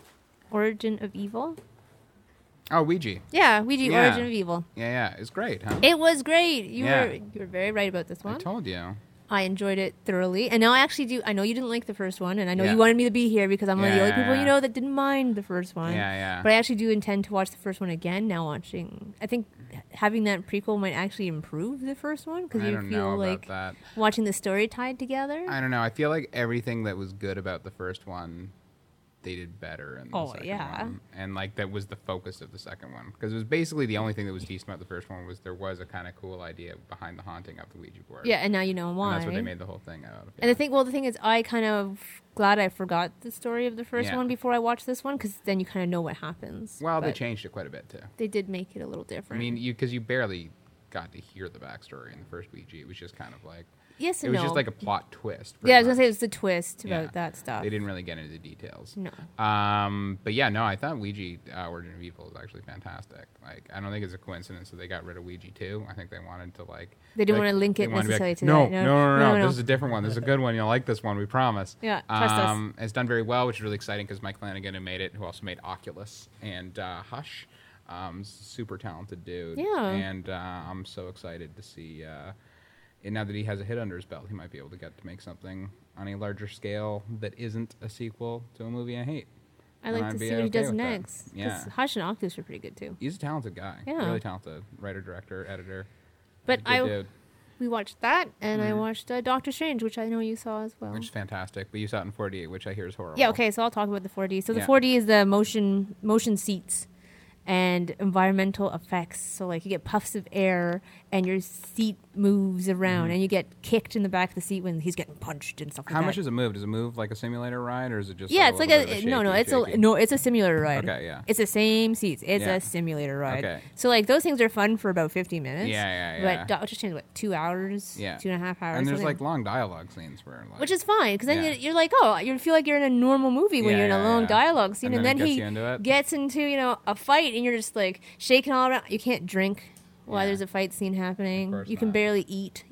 A: Origin of Evil.
B: Oh, Ouija.
A: Yeah, we do
B: Yeah.
A: Origin of Evil.
B: Yeah, yeah. It's great, huh?
A: It was great. You
B: Yeah.
A: were you were very right about this
B: I
A: one. I,
B: told you.
A: enjoyed it thoroughly, and now I actually do. I know you didn't like the first one, and I know
B: Yeah.
A: you wanted me to be here because I'm one of the
B: Yeah,
A: only
B: yeah,
A: people
B: yeah.
A: you know that didn't mind the first one.
B: Yeah, yeah.
A: But I actually do intend to watch the first one again. Now watching, I think having that prequel might actually improve the first one because
B: I
A: you
B: don't
A: feel
B: know about
A: like
B: that.
A: watching the story tied together.
B: I don't know. I feel like everything that was good about the first one, they did better in the
A: Oh,
B: second
A: yeah.
B: one, and like that was the focus of the second one because it was basically the only thing that was decent about the first one was there was a kind of cool idea behind the haunting of the Ouija board.
A: yeah, and now you know why.
B: and that's what they made the whole thing out of.
A: And the thing, well, the thing is, I kind of glad I forgot the story of the first
B: Yeah.
A: one before I watched this one because then you kind of know what happens.
B: well, they
A: But
B: changed it quite a bit too.
A: They did make it a little
B: I
A: different.
B: mean, you because you barely got to hear the backstory in the first Ouija. It was just kind of like
A: yes
B: it
A: and
B: was
A: no.
B: just like a plot twist.
A: yeah, I was
B: pretty
A: gonna say
B: much.
A: it was the twist about
B: Yeah.
A: that stuff.
B: They didn't really get into the details.
A: No.
B: Um, but yeah, no, I thought Ouija uh, Origin of Evil is actually fantastic. Like, I don't think it's a coincidence that they got rid of Ouija too. I think they wanted to like
A: They didn't
B: like-
A: wanna link
B: they
A: it
B: wanted be
A: necessarily
B: like,
A: to
B: no,
A: that. No,
B: No, no, no,
A: no,
B: no,
A: no.
B: This is a different one. This is a good one. You'll like this one. We promise.
A: Yeah, trust us.
B: um, It's done very well, which is really exciting because Mike Flanagan who made it, who also made Oculus and uh, Hush. Um, super talented dude.
A: Yeah.
B: And uh, I'm so excited to see. Uh, and now that he has a hit under his belt, he might be able to get to make something on a larger scale that isn't a sequel to a movie I hate.
A: I like
B: I'd
A: to
B: be
A: see what he
B: okay
A: does
B: with that.
A: next. 'cause
B: Yeah.
A: Hush and Oculus are pretty good too.
B: He's a talented guy.
A: Yeah.
B: Really talented writer, director, editor.
A: But
B: Good
A: I
B: dude.
A: we watched that and I watched uh, Doctor Strange, which I know you saw as well.
B: Mm-hmm. Which is fantastic. But you saw it in 48, which I hear is horrible.
A: Yeah, okay, so I'll talk about the 4D. So the
B: Yeah.
A: 4D is the motion motion seats and environmental effects. So like you get puffs of air and your seat moves around and you get kicked in the back of the seat when he's getting punched and stuff like
B: Mm-hmm. How
A: that.
B: much is a move? Does it move like a simulator ride, or is it just?
A: yeah,
B: a
A: it's like
B: little bit
A: a,
B: of
A: no, no.
B: shaky,
A: It's a
B: shaky?
A: no, it's a simulator ride.
B: Okay, yeah.
A: It's the same seats. It's
B: Yeah.
A: a simulator ride.
B: Okay.
A: So like those things are fun for about fifty minutes.
B: Yeah, yeah, yeah.
A: But Doctor Strange, what two hours?
B: yeah,
A: two and a half hours.
B: And there's
A: something?
B: like long dialogue scenes where like
A: which is fine because then
B: Yeah.
A: you- you're like, oh, you feel like you're in a normal movie when
B: Yeah,
A: you're in a
B: yeah,
A: long
B: yeah.
A: dialogue scene,
B: And
A: and
B: then
A: then,
B: it gets
A: he
B: you into it.
A: gets into you know a fight, and you're just like shaking all around. You can't drink while
B: Yeah.
A: there's a fight scene happening.
B: course
A: You can
B: not.
A: barely eat.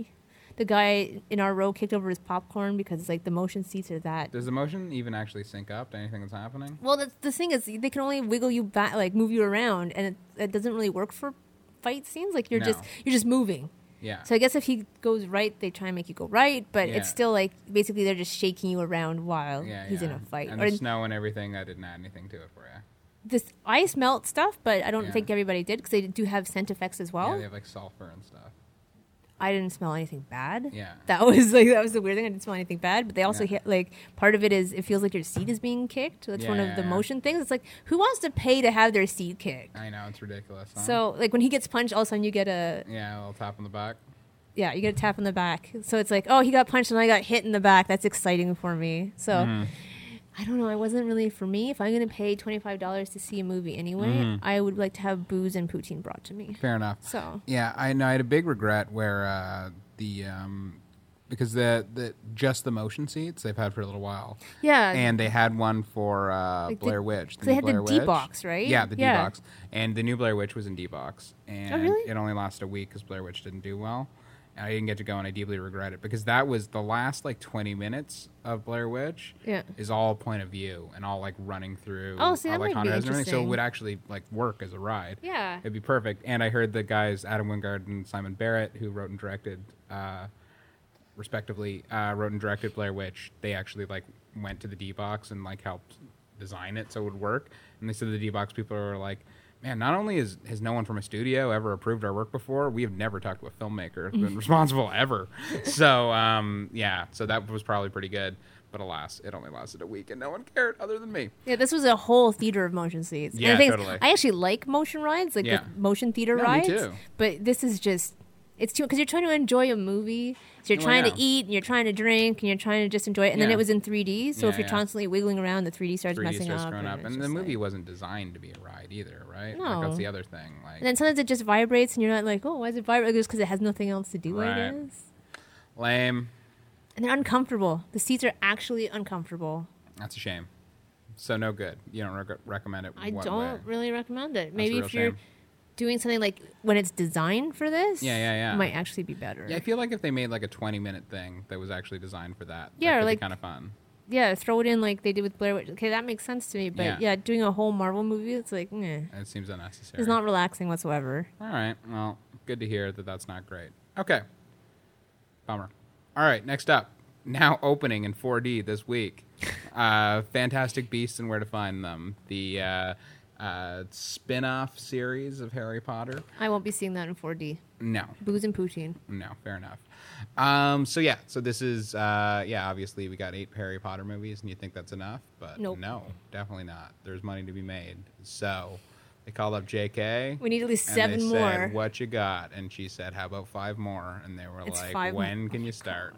A: the guy in our row kicked over his popcorn because like the motion seats are that.
B: Does the motion even actually sync up to anything that's happening?
A: Well, that's the thing is they can only wiggle you back, like move you around, and it, it doesn't really work for fight scenes. Like you're just
B: No.
A: you're just moving.
B: Yeah.
A: So I guess if he goes right, they try and make you go right, but
B: Yeah.
A: it's still like basically they're just shaking you around while
B: yeah,
A: he's
B: yeah.
A: in a fight.
B: And
A: or
B: the snow and everything, that didn't add anything to it for you.
A: this ice melt stuff, but I don't
B: Yeah.
A: think everybody did because they do have scent effects as well.
B: Yeah, they have like sulfur and stuff.
A: I didn't smell anything bad.
B: Yeah.
A: That was like that was the weird thing. I didn't smell anything bad, but they also
B: Yeah.
A: hit like part of it is it feels like your seat is being kicked. That's one of the
B: Yeah.
A: motion things. It's like who wants to pay to have their seat kicked?
B: I know, it's ridiculous. Huh?
A: So like when he gets punched, all of a sudden you get a
B: Yeah, a little tap on the back.
A: yeah you get a tap on the back. So it's like oh he got punched and I got hit in the back. That's exciting for me. So
B: Mm-hmm.
A: I don't know. It wasn't really for me. If I'm gonna pay twenty five dollars to see a movie anyway,
B: Mm-hmm.
A: I would like to have booze and poutine brought to me.
B: Fair enough.
A: So
B: Yeah, I know. I had a big regret where uh, the um, because the the just the motion seats they've had for a little while,
A: yeah,
B: and they had one for uh,
A: Like the-
B: Blair Witch.
A: they
B: new
A: had the
B: Blair Witch.
A: D-Box, right?
B: Yeah, the
A: Yeah. Oh,
B: D box, and the new Blair Witch was in D box, and
A: really?
B: it only lasted a week because Blair Witch didn't do well. And I didn't get to go, and I deeply regret it because that was the last like twenty minutes of Blair Witch.
A: Yeah.
B: is all point of view and all like running through.
A: Oh, see, that might be
B: Alejandro and everything, so it
A: interesting.
B: would actually like work as a ride.
A: yeah.
B: It'd be perfect. And I heard the guys Adam Wingard and Simon Barrett, who wrote and directed, uh, respectively, uh, wrote and directed Blair Witch. They actually like went to the D box and like helped design it so it would work. And they said the D box people were like, "Man, not only is has no one from a studio ever approved our work before, we have never talked to a filmmaker who's been responsible ever." So um, yeah, so that was probably pretty good. But alas, it only lasted a week, and no one cared other than me.
A: Yeah, this was a whole theater of motion scenes.
B: Yeah,
A: and the thing is,
B: totally.
A: I actually like motion rides, like
B: Yeah.
A: the motion theater
B: No, me
A: rides.
B: too.
A: But this is just it's too because you're trying to enjoy a movie. So you're
B: Well,
A: trying
B: Oh, yeah.
A: to eat and you're trying to drink and you're trying to just enjoy it. And then
B: Yeah.
A: it was in 3D, so
B: Yeah,
A: if you're
B: yeah.
A: constantly wiggling around, the 3D starts
B: 3D
A: messing
B: starts
A: up.
B: growing up,
A: it's
B: and the
A: just
B: movie
A: like-
B: wasn't designed to be a ride either, right?
A: No.
B: Like, that's the other thing. Like,
A: and then sometimes it just vibrates, and you're not like, oh, why is it vibrating? Just because it has nothing else to do, I
B: Right.
A: guess.
B: lame.
A: And they're uncomfortable. The seats are actually uncomfortable.
B: That's a shame. So no good. You don't rec- recommend it.
A: I
B: one
A: don't
B: way.
A: really recommend it.
B: a
A: Maybe
B: real
A: if you're
B: shame.
A: doing something like when it's designed for this,
B: Yeah, yeah, yeah.
A: it might actually be better.
B: Yeah,
A: Yeah,
B: I feel like if they made like a twenty-minute thing that was actually designed for that,
A: Yeah, or,
B: that could
A: like-
B: kind of fun.
A: throw it in like they did with Blair Witch. Okay, that makes sense to me. But
B: Yeah.
A: yeah, doing a whole Marvel movie, it's like, eh,
B: It seems unnecessary.
A: it's not relaxing whatsoever.
B: All right. Well, good to hear that that's not great. Okay. Bummer. All right. Next up, now opening in 4D this week, uh, Fantastic Beasts and Where to Find Them, the uh, uh, spin-off series of Harry Potter.
A: I won't be seeing that in 4D.
B: No,
A: Booze and poutine.
B: no, fair enough. Um, so yeah, so this is uh, yeah. Obviously, we got eight Harry Potter movies, and you think that's enough, but
A: Nope.
B: no, definitely not. There's money to be made, so they called up J.K.
A: We need at least
B: and
A: seven
B: they
A: more.
B: Said, what you got? And she said, "How about five more?" And they were
A: It's
B: like,
A: five mo-
B: "When
A: oh
B: can
A: my
B: you start?"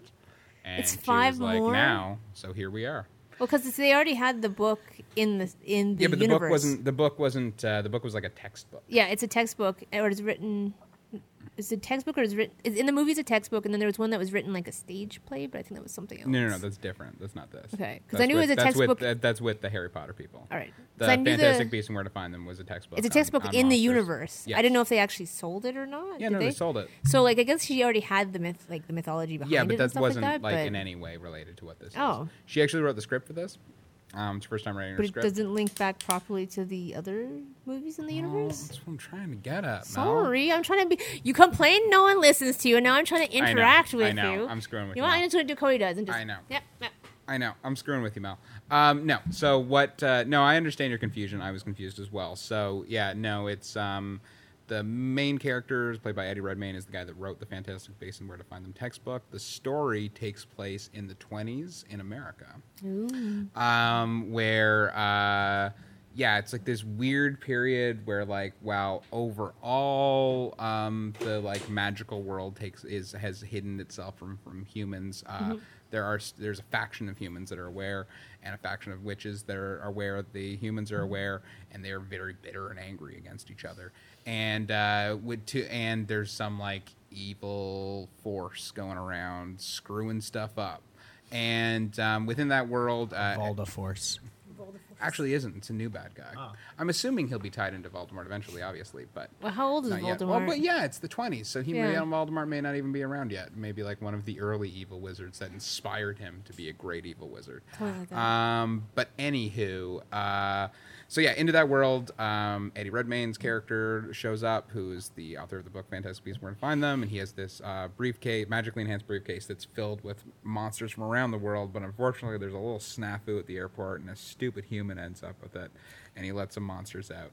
B: And
A: It's
B: she
A: five
B: was like,
A: more?
B: Now, so here we are.
A: Well, because they already had the book in the in the
B: yeah, but
A: universe.
B: the book wasn't. The book wasn't. Uh, the book was like a textbook.
A: Yeah, it's a textbook, or it's written. Is it a textbook or is written it's- in the movie? It's a textbook, and then there was one that was written like a stage play, but I think that was something else.
B: No, no, no. That's different. That's not this.
A: Okay, 'cause I
B: That's
A: knew it was
B: with-
A: a
B: that's with-
A: textbook-
B: that- that's with the Harry Potter people.
A: All right.
B: The
A: so I knew
B: Fantastic
A: the,
B: Beasts and Where to Find Them was a textbook.
A: it's a
B: on-
A: textbook
B: on
A: in the
B: monsters.
A: universe.
B: Yes.
A: I didn't know if they actually sold it or not.
B: Yeah,
A: Did
B: no,
A: they?
B: they sold it.
A: So like I guess she already had the myth, like the mythology behind
B: Yeah,
A: it
B: but
A: and
B: that
A: stuff
B: wasn't
A: like that. but,
B: in any way related to what this is.
A: Oh.
B: She actually wrote the script for this. Um, it's her first time writing her
A: but it
B: script.
A: doesn't link back properly to the other movies in the
B: Oh,
A: universe.
B: that's what I'm trying to get at. Mel.
A: Sorry, I'm trying to be. You complain, no one listens to you, and now I'm trying to
B: know,
A: interact
B: I
A: with
B: know,
A: you.
B: I'm screwing with
A: you.
B: you
A: know what?
B: now.
A: I'm just going to do Cody does and just.
B: I know.
A: Yep. yep.
B: I know. I'm screwing with you, Mel. Um, no. So what? Uh, no, I understand your confusion. I was confused as well. So yeah, no, it's um, the main characters played by Eddie Redmayne is the guy that wrote the Fantastic Beasts and Where to Find Them textbook. The story takes place in the 20s in America um, where uh, yeah, it's like this weird period where like wow, overall um, the like magical world takes is has hidden itself from from humans. Uh, There are s- there's a faction of humans that are aware, and a faction of witches that are aware. The humans are aware, and they are very bitter and angry against each other. And uh, with to and there's some like evil force going around screwing stuff up. And um, within that world, uh,
D: Volda Force.
B: Actually, isn't. It's a new bad guy. I'm assuming he'll be tied into Voldemort eventually, obviously, but.
A: Well, how old is
B: Not yet.
A: Voldemort?
B: Well, but yeah, it's the 20s, so he may, um,
A: Yeah.
B: Voldemort may not even be around yet. Maybe like one of the early evil wizards that inspired him to be a great evil wizard.
A: Something like that.
B: Um, but anywho, uh, so yeah, into that world, um, Eddie Redmayne's character shows up, who's the author of the book Fantastic Beasts and Where to Find Them, and he has this uh, briefcase, magically enhanced briefcase that's filled with monsters from around the world. But unfortunately, there's a little snafu at the airport, and a stupid human ends up with it, and he lets some monsters out.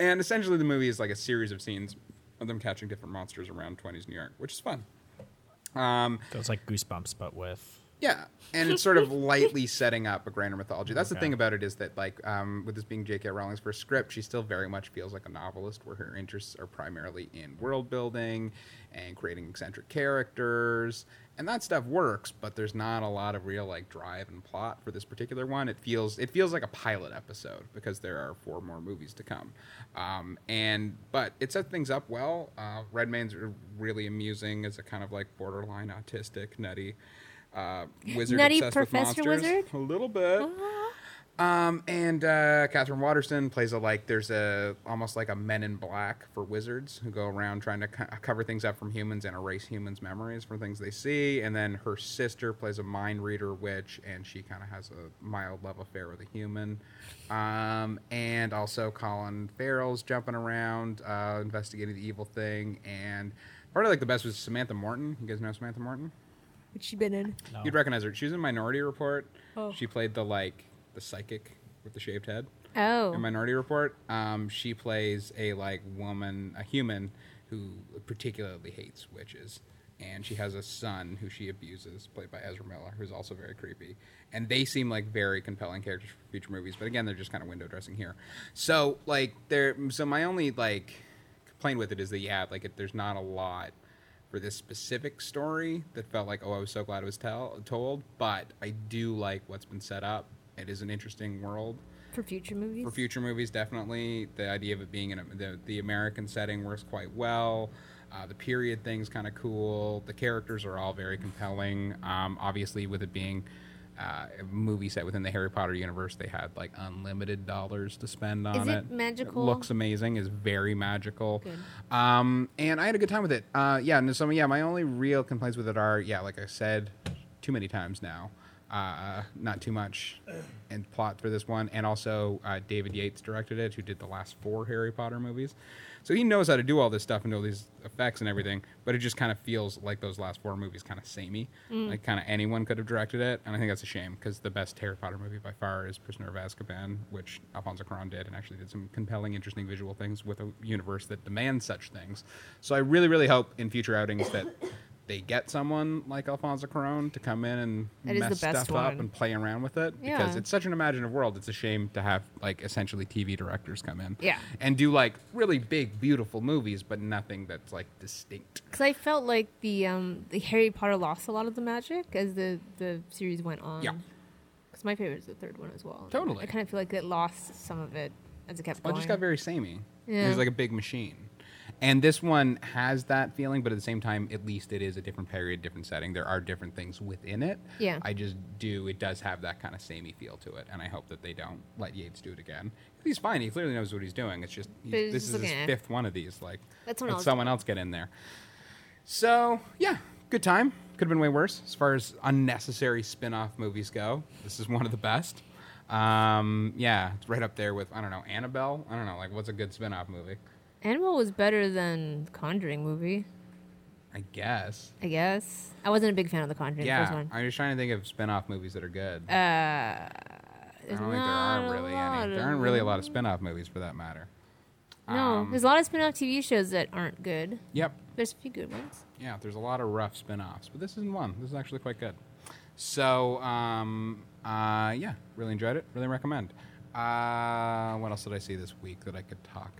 B: And essentially, the movie is like a series of scenes of them catching different monsters around 20s New York, which is fun. Um,
D: So it's like Goosebumps, but with
B: yeah, and it's sort of lightly setting up a grander mythology. That's the
D: Okay.
B: thing about it is that, like, um, with this being J.K. Rowling's first script, she still very much feels like a novelist, where her interests are primarily in world building and creating eccentric characters, and that stuff works. But there's not a lot of real like drive and plot for this particular one. It feels it feels like a pilot episode because there are four more movies to come, um, and but it sets things up well. Uh, Redmayne's r- really amusing as a kind of like borderline autistic nutty uh, wizard
A: Nutty
B: obsessed
A: Professor
B: with monsters.
A: Wizard? Uh-huh.
B: A little bit. Um, and uh, Catherine Waterston plays a like there's a almost like a Men in Black for wizards who go around trying to co- cover things up from humans and erase humans' memories from things they see. And then her sister plays a mind reader witch, and she kind of has a mild love affair with a human. Um, and also Colin Farrell's jumping around uh, investigating the evil thing. And probably like the best was Samantha Morton. You guys know Samantha Morton?
A: What's she been in?
D: no.
B: You'd recognize her. She was in Minority Report.
A: Oh.
B: She played the like the psychic with the shaved head.
A: Oh,
B: In Minority Report, um, she plays a like woman, a human who particularly hates witches, and she has a son who she abuses, played by Ezra Miller, who's also very creepy. And they seem like very compelling characters for future movies, but again, they're just kind of window dressing here. So like, there. So my only like complaint with it is that yeah, like it, there's not a lot for this specific story that felt like oh i was so glad it was tell- told but i do like what's been set up it is an interesting world
A: for future movies.
B: for future movies, definitely the idea of it being in a, the the American setting works quite well. Uh, the period thing's kind of cool. The characters are all very compelling. Um, obviously, with it being uh, a movie set within the Harry Potter universe, they had like unlimited dollars to spend on
A: it
B: it.
A: magical?
B: looks amazing. Is very magical.
A: Good.
B: Um, and I had a good time with it. Uh, yeah, and so yeah, my only real complaints with it are yeah, like I said, too many times now. Uh, not too much in plot for this one, and also uh, David Yates directed it, who did the last four Harry Potter movies. So he knows how to do all this stuff and all these effects and everything, but it just kind of feels like those last four movies kind of samey.
A: Mm.
B: Like kind of anyone could have directed it, and I think that's a shame because the best Harry Potter movie by far is Prisoner of Azkaban, which Alfonso Cuarón did and actually did some compelling, interesting visual things with a universe that demands such things. So I really, really hope in future outings that they get someone like Alfonso Cuarón to come in and
A: That is the
B: mess
A: best
B: stuff
A: one.
B: up and play around with it because
A: Yeah.
B: it's such an imaginative world. It's a shame to have like essentially TV directors come in
A: Yeah.
B: and do like really big, beautiful movies, but nothing that's like distinct.
A: Because I felt like the um, the Harry Potter lost a lot of the magic as the, the series went on.
B: Yeah.
A: Because my favorite is the third one as well.
B: Totally.
A: I kind of feel like it lost some of it as it kept
B: Well,
A: going.
B: it just got very samey.
A: Yeah.
B: It was like a big machine. And this one has that feeling, but at the same time, at least it is a different period, different setting. There are different things within it.
A: Yeah.
B: I just do, it does have that kind of samey feel to it. And I hope that they don't let Yates do it again. He's fine. He clearly knows what he's doing. It's just, he's-
A: But it's
B: this
A: just
B: is his
A: looking at-
B: fifth one of these. Like,
A: Let someone
B: let
A: else-
B: someone else get in there. So yeah, good time. Could have been way worse as far as unnecessary spin-off movies go. This is one of the best. Um, yeah, it's right up there with I don't know Annabelle. I don't know like what's a good spin-off movie?
A: Animal was better than Conjuring movie,
B: I guess.
A: I guess. I wasn't a big fan of the Conjuring the first
B: Yeah,
A: one.
B: I'm just trying to think of spin-off movies that are good. I
A: There's
B: don't think there
A: Uh, not
B: are
A: a
B: really
A: lot
B: any. There
A: of
B: aren't really um, a lot of spin-off movies for that matter.
A: No, there's a lot of spin-off TV shows that aren't good.
B: Yep.
A: There's a few good ones.
B: Yeah, there's a lot of rough spin-offs, but this isn't one. This is actually quite good. So, um, uh, yeah, really enjoyed it. Really recommend. Uh, what else did I see this week that I could talk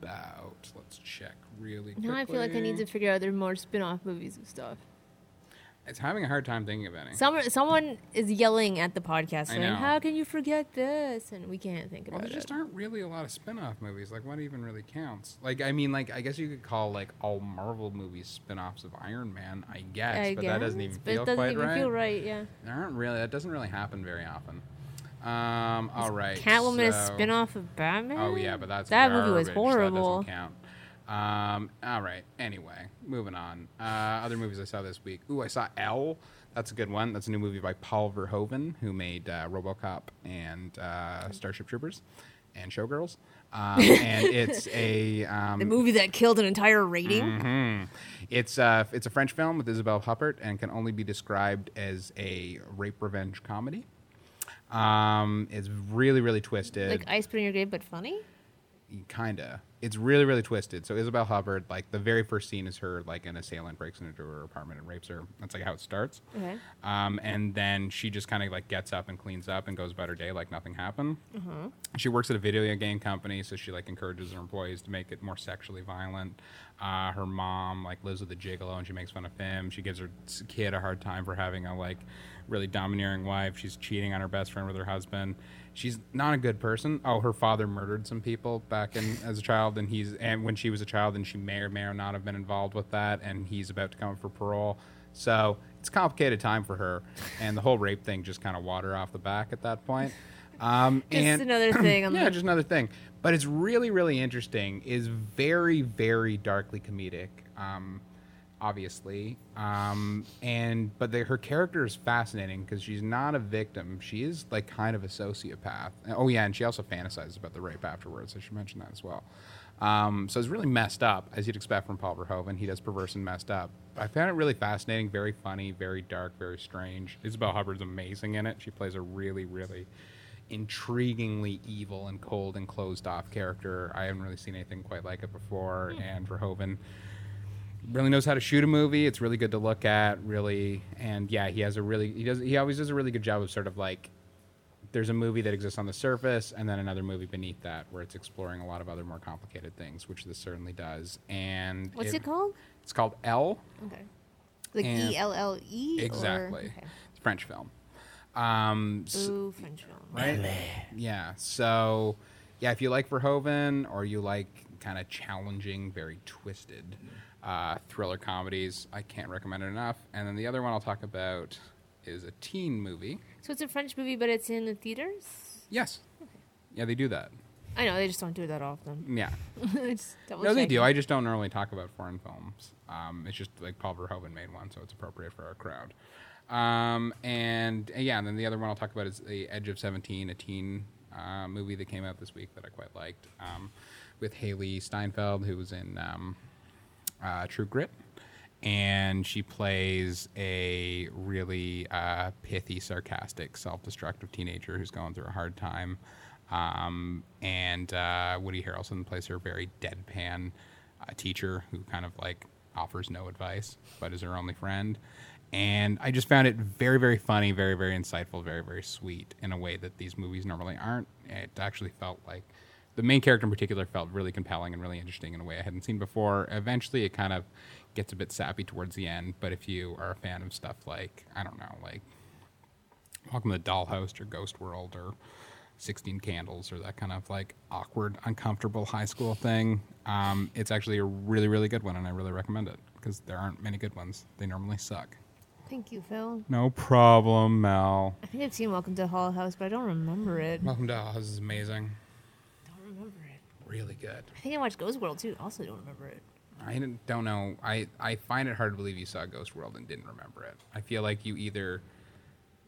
B: about? Let's check really quickly.
A: Now I feel like I need to figure out there are more spin-off movies and stuff.
B: It's having a hard time thinking of any.
A: Someone, someone is yelling at the podcast
B: I
A: saying,
B: know.
A: "How can you forget this?" And we can't think
B: well,
A: about
B: there
A: it.
B: just aren't really a lot of spin-off movies. Like, what even really counts? Like, I mean, like, I guess you could call like all Marvel movies spin-offs of Iron Man. I guess,
A: I
B: but that doesn't
A: guess,
B: even
A: but
B: feel
A: it doesn't
B: quite
A: even
B: right.
A: feel right. Yeah,
B: There aren't really. That doesn't really happen very often. Um, all right.
A: Catwoman is a
B: so-
A: spin-off of Batman.
B: Oh yeah, but that's
A: that movie was
B: garbage.
A: horrible.
B: That doesn't count. Um, all right. Anyway, moving on. Uh, other movies I saw this week. Ooh, I saw L. That's a good one. That's a new movie by Paul Verhoeven, who made uh, RoboCop and uh, Starship Troopers and Showgirls. Um, and it's a um,
A: The movie that killed an entire rating.
B: Mm-hmm. it's uh, it's a French film with Isabelle Huppert and can only be described as a rape revenge comedy. Um, it's really really twisted.
A: Like Ice Put in Your Grave, but funny.
B: kinda. It's really, really twisted. So Isabel Hubbard, like the very first scene is her like an assailant breaks into her apartment and rapes her. That's like how it starts.
A: Okay.
B: Um, and then she just kind of like gets up and cleans up and goes about her day like nothing happened. She works at a video game company, so she like encourages her employees to make it more sexually violent. Uh, her mom like lives with a gigolo and she makes fun of him. She gives her s- kid a hard time for having a like really domineering wife. She's cheating on her best friend with her husband. She's not a good person. Oh, her father murdered some people back in as a child, and he's and when she was a child, and she may or may or not have been involved with that. And he's about to come up for parole. So it's a complicated time for her, and the whole rape thing just kind of water off the back at that point. Um,
A: Just
B: and
A: another thing. On
B: yeah,
A: the,
B: just another thing. But it's really, really interesting. Is very, very darkly comedic, um, obviously. Um, and but the, her character is fascinating because she's not a victim. She is like kind of a sociopath. Oh yeah, and she also fantasizes about the rape afterwards. I should mention that as well. Um, so it's really messed up, as you'd expect from Paul Verhoeven. He does perverse and messed up. I found it really fascinating, very funny, very dark, very strange. Isabel Hubbard's amazing in it. She plays a really, really intriguingly evil and cold and closed off character. I haven't really seen anything quite like it before.
A: Hmm.
B: And Verhoeven really knows how to shoot a movie. It's really good to look at, really. And yeah, he has a really he does he always does a really good job of sort of like there's a movie that exists on the surface and then another movie beneath that where it's exploring a lot of other more complicated things, which this certainly does. And
A: what's it, called?
B: It's called L.
A: Okay. Like
B: And-
A: E L L E.
B: Exactly.
A: Or,
B: It's a French film. Um,
A: okay. Ooh, French film.
B: right? Yeah. So, yeah, if you like Verhoeven or you like kind of challenging, very twisted uh, thriller comedies, I can't recommend it enough. And then the other one I'll talk about is a teen movie.
A: So it's a French movie, but it's in the theaters.
B: Yes. Yeah, they do that.
A: I know they just don't do it that often.
B: Yeah.
A: It's double
B: No, they do.
A: checking.
B: I just don't normally talk about foreign films. Um, it's just like Paul Verhoeven made one, so it's appropriate for our crowd. Um, and uh, yeah, and then the other one I'll talk about is The Edge of 17, a teen uh, movie that came out this week that I quite liked um, with Haley Steinfeld, who was in um, uh, True Grit. And she plays a really uh, pithy, sarcastic, self destructive teenager who's going through a hard time. Um, and uh, Woody Harrelson plays her very deadpan uh, teacher who kind of like offers no advice but is her only friend. And I just found it very, very funny, very, very insightful, very, very sweet in a way that these movies normally aren't. It actually felt like the main character in particular felt really compelling and really interesting in a way I hadn't seen before. Eventually, it kind of gets a bit sappy towards the end, but if you are a fan of stuff like, I don't know, like Welcome to Dollhouse or Ghost World or 16 Candles or that kind of like awkward, uncomfortable high school thing, um, it's actually a really, really good one, and I really recommend it because there aren't many good ones. They normally suck.
A: Thank you, Phil.
B: No problem, Mel.
A: I think I've seen Welcome to Hall House, but I don't remember it.
B: Welcome to Dollhouse is amazing.
A: don't remember it.
B: Really good.
A: I think I watched Ghost World too. Also, don't remember it.
B: I didn't- don't know. I, I find it hard to believe you saw Ghost World and didn't remember it. I feel like you either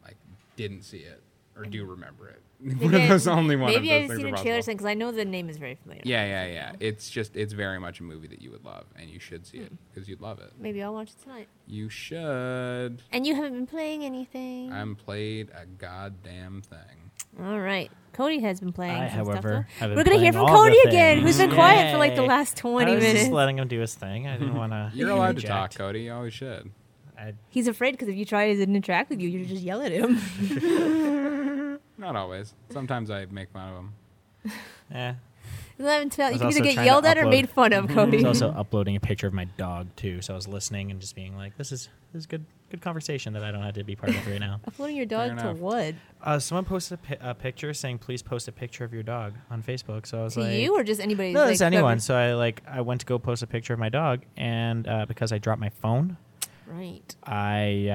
B: like didn't see it or do remember it. One
A: Maybe
B: of
A: I-
B: those only one. of
A: Maybe
B: those
A: I've
B: things
A: seen
B: are
A: a
B: possible.
A: trailer because I know the name is very familiar.
B: Yeah, yeah, yeah. It's just it's very much a movie that you would love, and you should see it
A: Hmm.
B: because you'd love it.
A: Maybe I'll watch it tonight.
B: You should.
A: And you haven't been playing anything.
B: I'm played a goddamn thing.
A: All right. Cody has been playing.
D: I,
A: some stuff,
D: however,
A: though.
D: have been
A: we're gonna hear
D: playing
A: from
D: all the
A: Cody again,
D: things.
A: who's been quiet for like the
D: Yay.
A: last
D: I
A: twenty
D: was
A: minutes.
D: Just letting him do his thing. I didn't want to.
B: You're allowed to talk, Cody. You always should.
D: I,
A: He's afraid because if you try to interact with you, you just yell at him.
B: Not always. Sometimes I make fun of him.
D: eh.
A: Let him tell.
D: I
A: You
D: was
A: can either
D: also
A: get
D: trying to
A: yelled at or
D: upload-
A: made fun of,
D: I was
A: Cody.
D: also uploading a picture of my dog too, so I was listening and just being like, "This is this is good good conversation that I don't have to be part of right now."
A: Uploading your dog to
B: enough.
A: what?
D: Uh, someone posted a, pi- a picture saying, "Please post a picture of your dog on Facebook." So I was
A: To
D: like,
A: you or just anybody?
D: No,
A: like,
D: it's anyone. So I like I went to go post a picture of my dog, and uh, because I dropped my phone,
A: whoever- Right.
D: I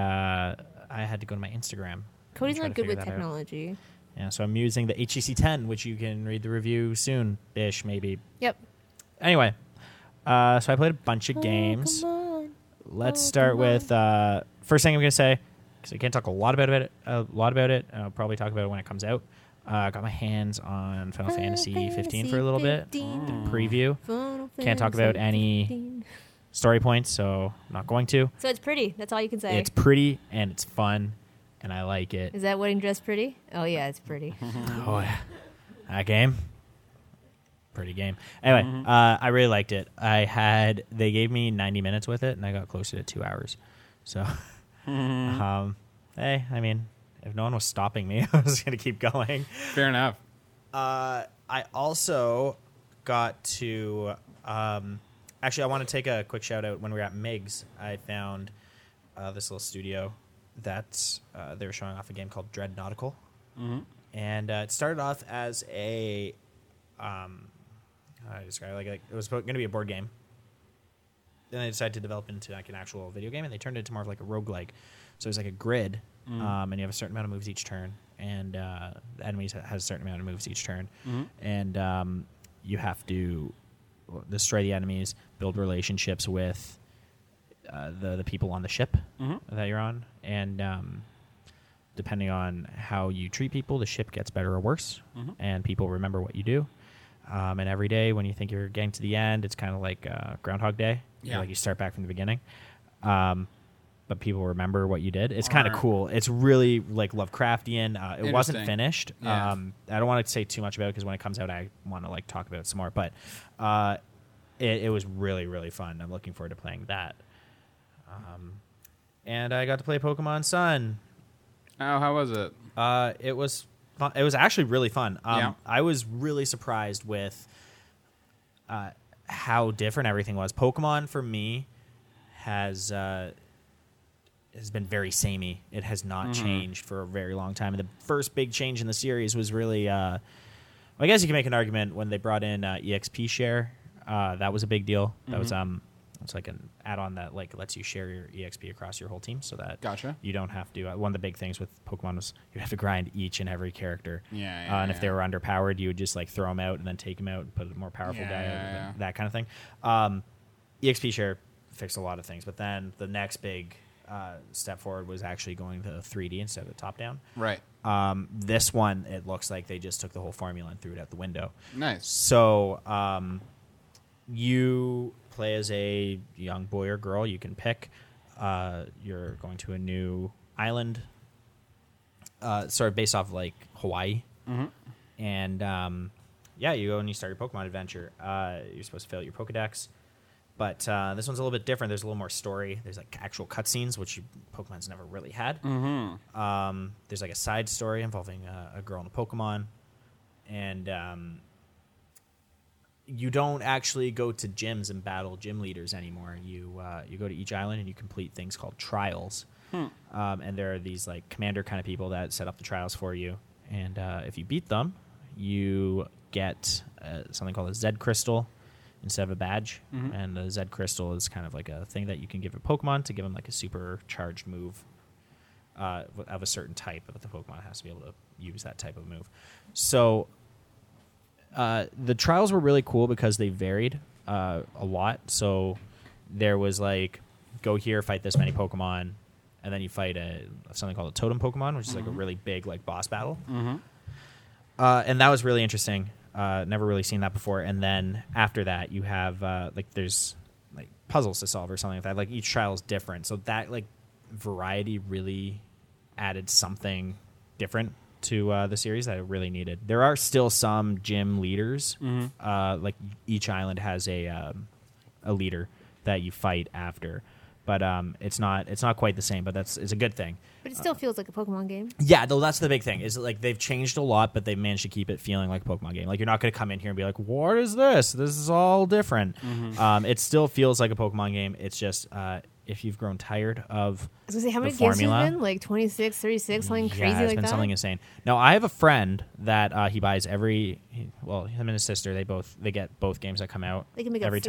D: uh, I had to go to my Instagram. and
A: Cody's
D: try
A: not
D: to
A: good
D: figure
A: with
D: that out.
A: technology.
D: Yeah, so I'm using the HTC 10, which you can read the review soon ish, maybe.
A: Yep.
D: Anyway, uh, so I played a bunch of games. Let's start with uh, first thing I'm gonna say because I can't talk a lot about it. A lot about it. and I'll probably talk about it when it comes out. Uh, I got my hands on Uh, Final Fantasy 15 for a little bit. The preview Can't talk about any- story points, so I'm not going to.
A: So it's pretty. That's all you can say.
D: It's pretty and it's fun, and I like it.
A: Is that wedding dress pretty? Oh yeah, it's pretty.
D: Oh yeah, that game, pretty game. Anyway, uh, I really liked it. I had they gave me 90 minutes with it, and I got closer to two hours. So, um, hey, I mean, if no one was stopping me, I was gonna keep going.
B: Fair enough.
D: Uh, I also got to. Um, actually, I want to take a quick shout out. When we were at Migs, I found uh, this little studio that uh, they were showing off a game called Dread Nautical, and uh, it started off as a. Um, how do I describe it? Like, like it was going to be a board game. Then they decided to develop into like an actual video game, and they turned it into more of like a roguelike. So it was like a grid, um, and you have a certain amount of moves each turn, and uh, the enemies ha- has a certain amount of moves each turn, and um, you have to destroy the enemies, build relationships with uh, the the people on the ship
B: Mm-hmm.
D: that you're on, and um, depending on how you treat people, the ship gets better or worse,
B: Mm-hmm.
D: and people remember what you do. Um, and every day, when you think you're getting to the end, it's kind of like uh, Groundhog Day.
B: Yeah.
D: like you start back from the beginning. Um, but people remember what you did. It's kind of
B: Alright.
D: cool. It's really like Lovecraftian. Uh, it wasn't
B: Interesting.
D: finished.
B: Yeah.
D: Um, I don't want to say too much about it because when it comes out, I want to like talk about it some more. But uh, it, it was really really fun. I'm looking forward to playing that. Um, and I got to play Pokemon Sun.
B: Oh, how was it?
D: Uh, it was fun. it was actually really fun. Um,
B: Yeah.
D: I was really surprised with uh, how different everything was. Pokemon for me has uh, has been very samey. It has not
B: Mm-hmm.
D: changed for a very long time. And the first big change in the series was really. Uh, well, I guess you can make an argument when they brought in uh, EXP share. Uh, that was a big deal. That was
B: Mm-hmm.
D: um, it's like an add-on that like lets you share your EXP across your whole team, so that
B: Gotcha.
D: you don't have to. uh, One of the big things with Pokemon was you have to grind each and every character.
B: Yeah,
D: uh,
B: yeah,
D: and if they
B: yeah.
D: were underpowered, you would just like throw them out and then take them out and put a more powerful
B: Yeah,
D: guy,
B: yeah,
D: out,
B: yeah.
D: that kind of thing. Um, EXP share fixed a lot of things, but then the next big uh, step forward was actually going to 3D instead of the top down.
B: Right.
D: Um, this one, it looks like they just took the whole formula and threw it out the window.
B: Nice.
D: So um, you play as a young boy or girl. You can pick. Uh, you're going to a new island, uh, sort of based off like Hawaii. And um, yeah, you go and you start your Pokemon adventure. Uh, you're supposed to fill out your Pokedex. But uh, this one's a little bit different. There's a little more story. There's like actual cutscenes, which you, Pokemon's never really had. Um, there's like a side story involving uh, a girl and a Pokemon, and um, you don't actually go to gyms and battle gym leaders anymore. You uh, you go to each island and you complete things called trials, um, and there are these like commander kind of people that set up the trials for you. And uh, if you beat them, you get uh, something called a Z crystal instead of a badge. And the Z crystal is kind of like a thing that you can give a Pokemon to give them like a supercharged move uh, of a certain type, but the Pokemon has to be able to use that type of move. So uh, the trials were really cool because they varied uh, a lot. So there was like, go here, fight this many Pokemon, and then you fight a something called a totem Pokemon, which is like a really big like boss battle. Uh, and that was really interesting. Uh, never really seen that before. And then after that, you have uh, like there's like puzzles to solve or something like that. Like each trial is different, so that like variety really added something different to uh, the series that I really needed. There are still some gym leaders. Uh, like each island has a um, a leader that you fight after, but um, it's not it's not quite the same. But that's it's a good thing.
A: But it still feels like a Pokemon game.
D: Yeah, though that's the big thing is that, like they've changed a lot, but they've managed to keep it feeling like a Pokemon game. Like you're not going to come in here and be like, "What is this? This is all different." Um, it still feels like a Pokemon game. It's just uh, if you've grown tired of
A: I was gonna say how
D: the
A: many games
D: formula,
A: have been? Like 26, 36, something
D: yeah,
A: crazy
D: it's
A: like
D: been
A: that.
D: something insane. Now I have a friend that uh, he buys every. he- Well, him and his sister they both they get both games that come out.
A: They can make a
D: every
A: fork.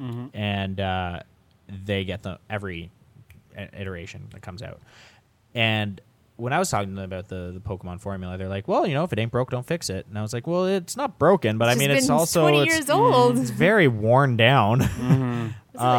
D: time, and uh, they get the every i- iteration that comes out. And when I was talking to them about the, the Pokemon formula, they're like, well, you know, if it ain't broke, don't fix it. And I was like, well, it's not broken, but I
A: just
D: mean, it's
A: been
D: also
A: 20
D: it's, mm,
A: years old.
D: it's very worn down.
A: It's
D: um,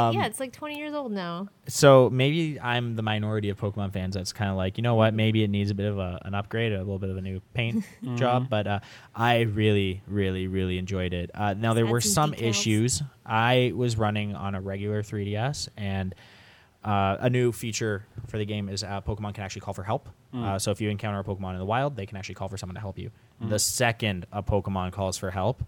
A: like- yeah, it's like 20 years old now.
D: so maybe I'm the minority of Pokemon fans that's kind of like, you know what, maybe it needs a bit of a, an upgrade, a little bit of a new paint
B: Mm-hmm.
D: job. But uh, I really, really, really enjoyed it. Uh, now there
A: add
D: were some
A: some details.
D: issues. I was running on a regular 3DS, and uh, a new feature for the game is uh, Pokemon can actually call for help.
B: Mm.
D: Uh, so if you encounter a Pokemon in the wild, they can actually call for someone to help you.
B: Mm.
D: The second a Pokemon calls for help,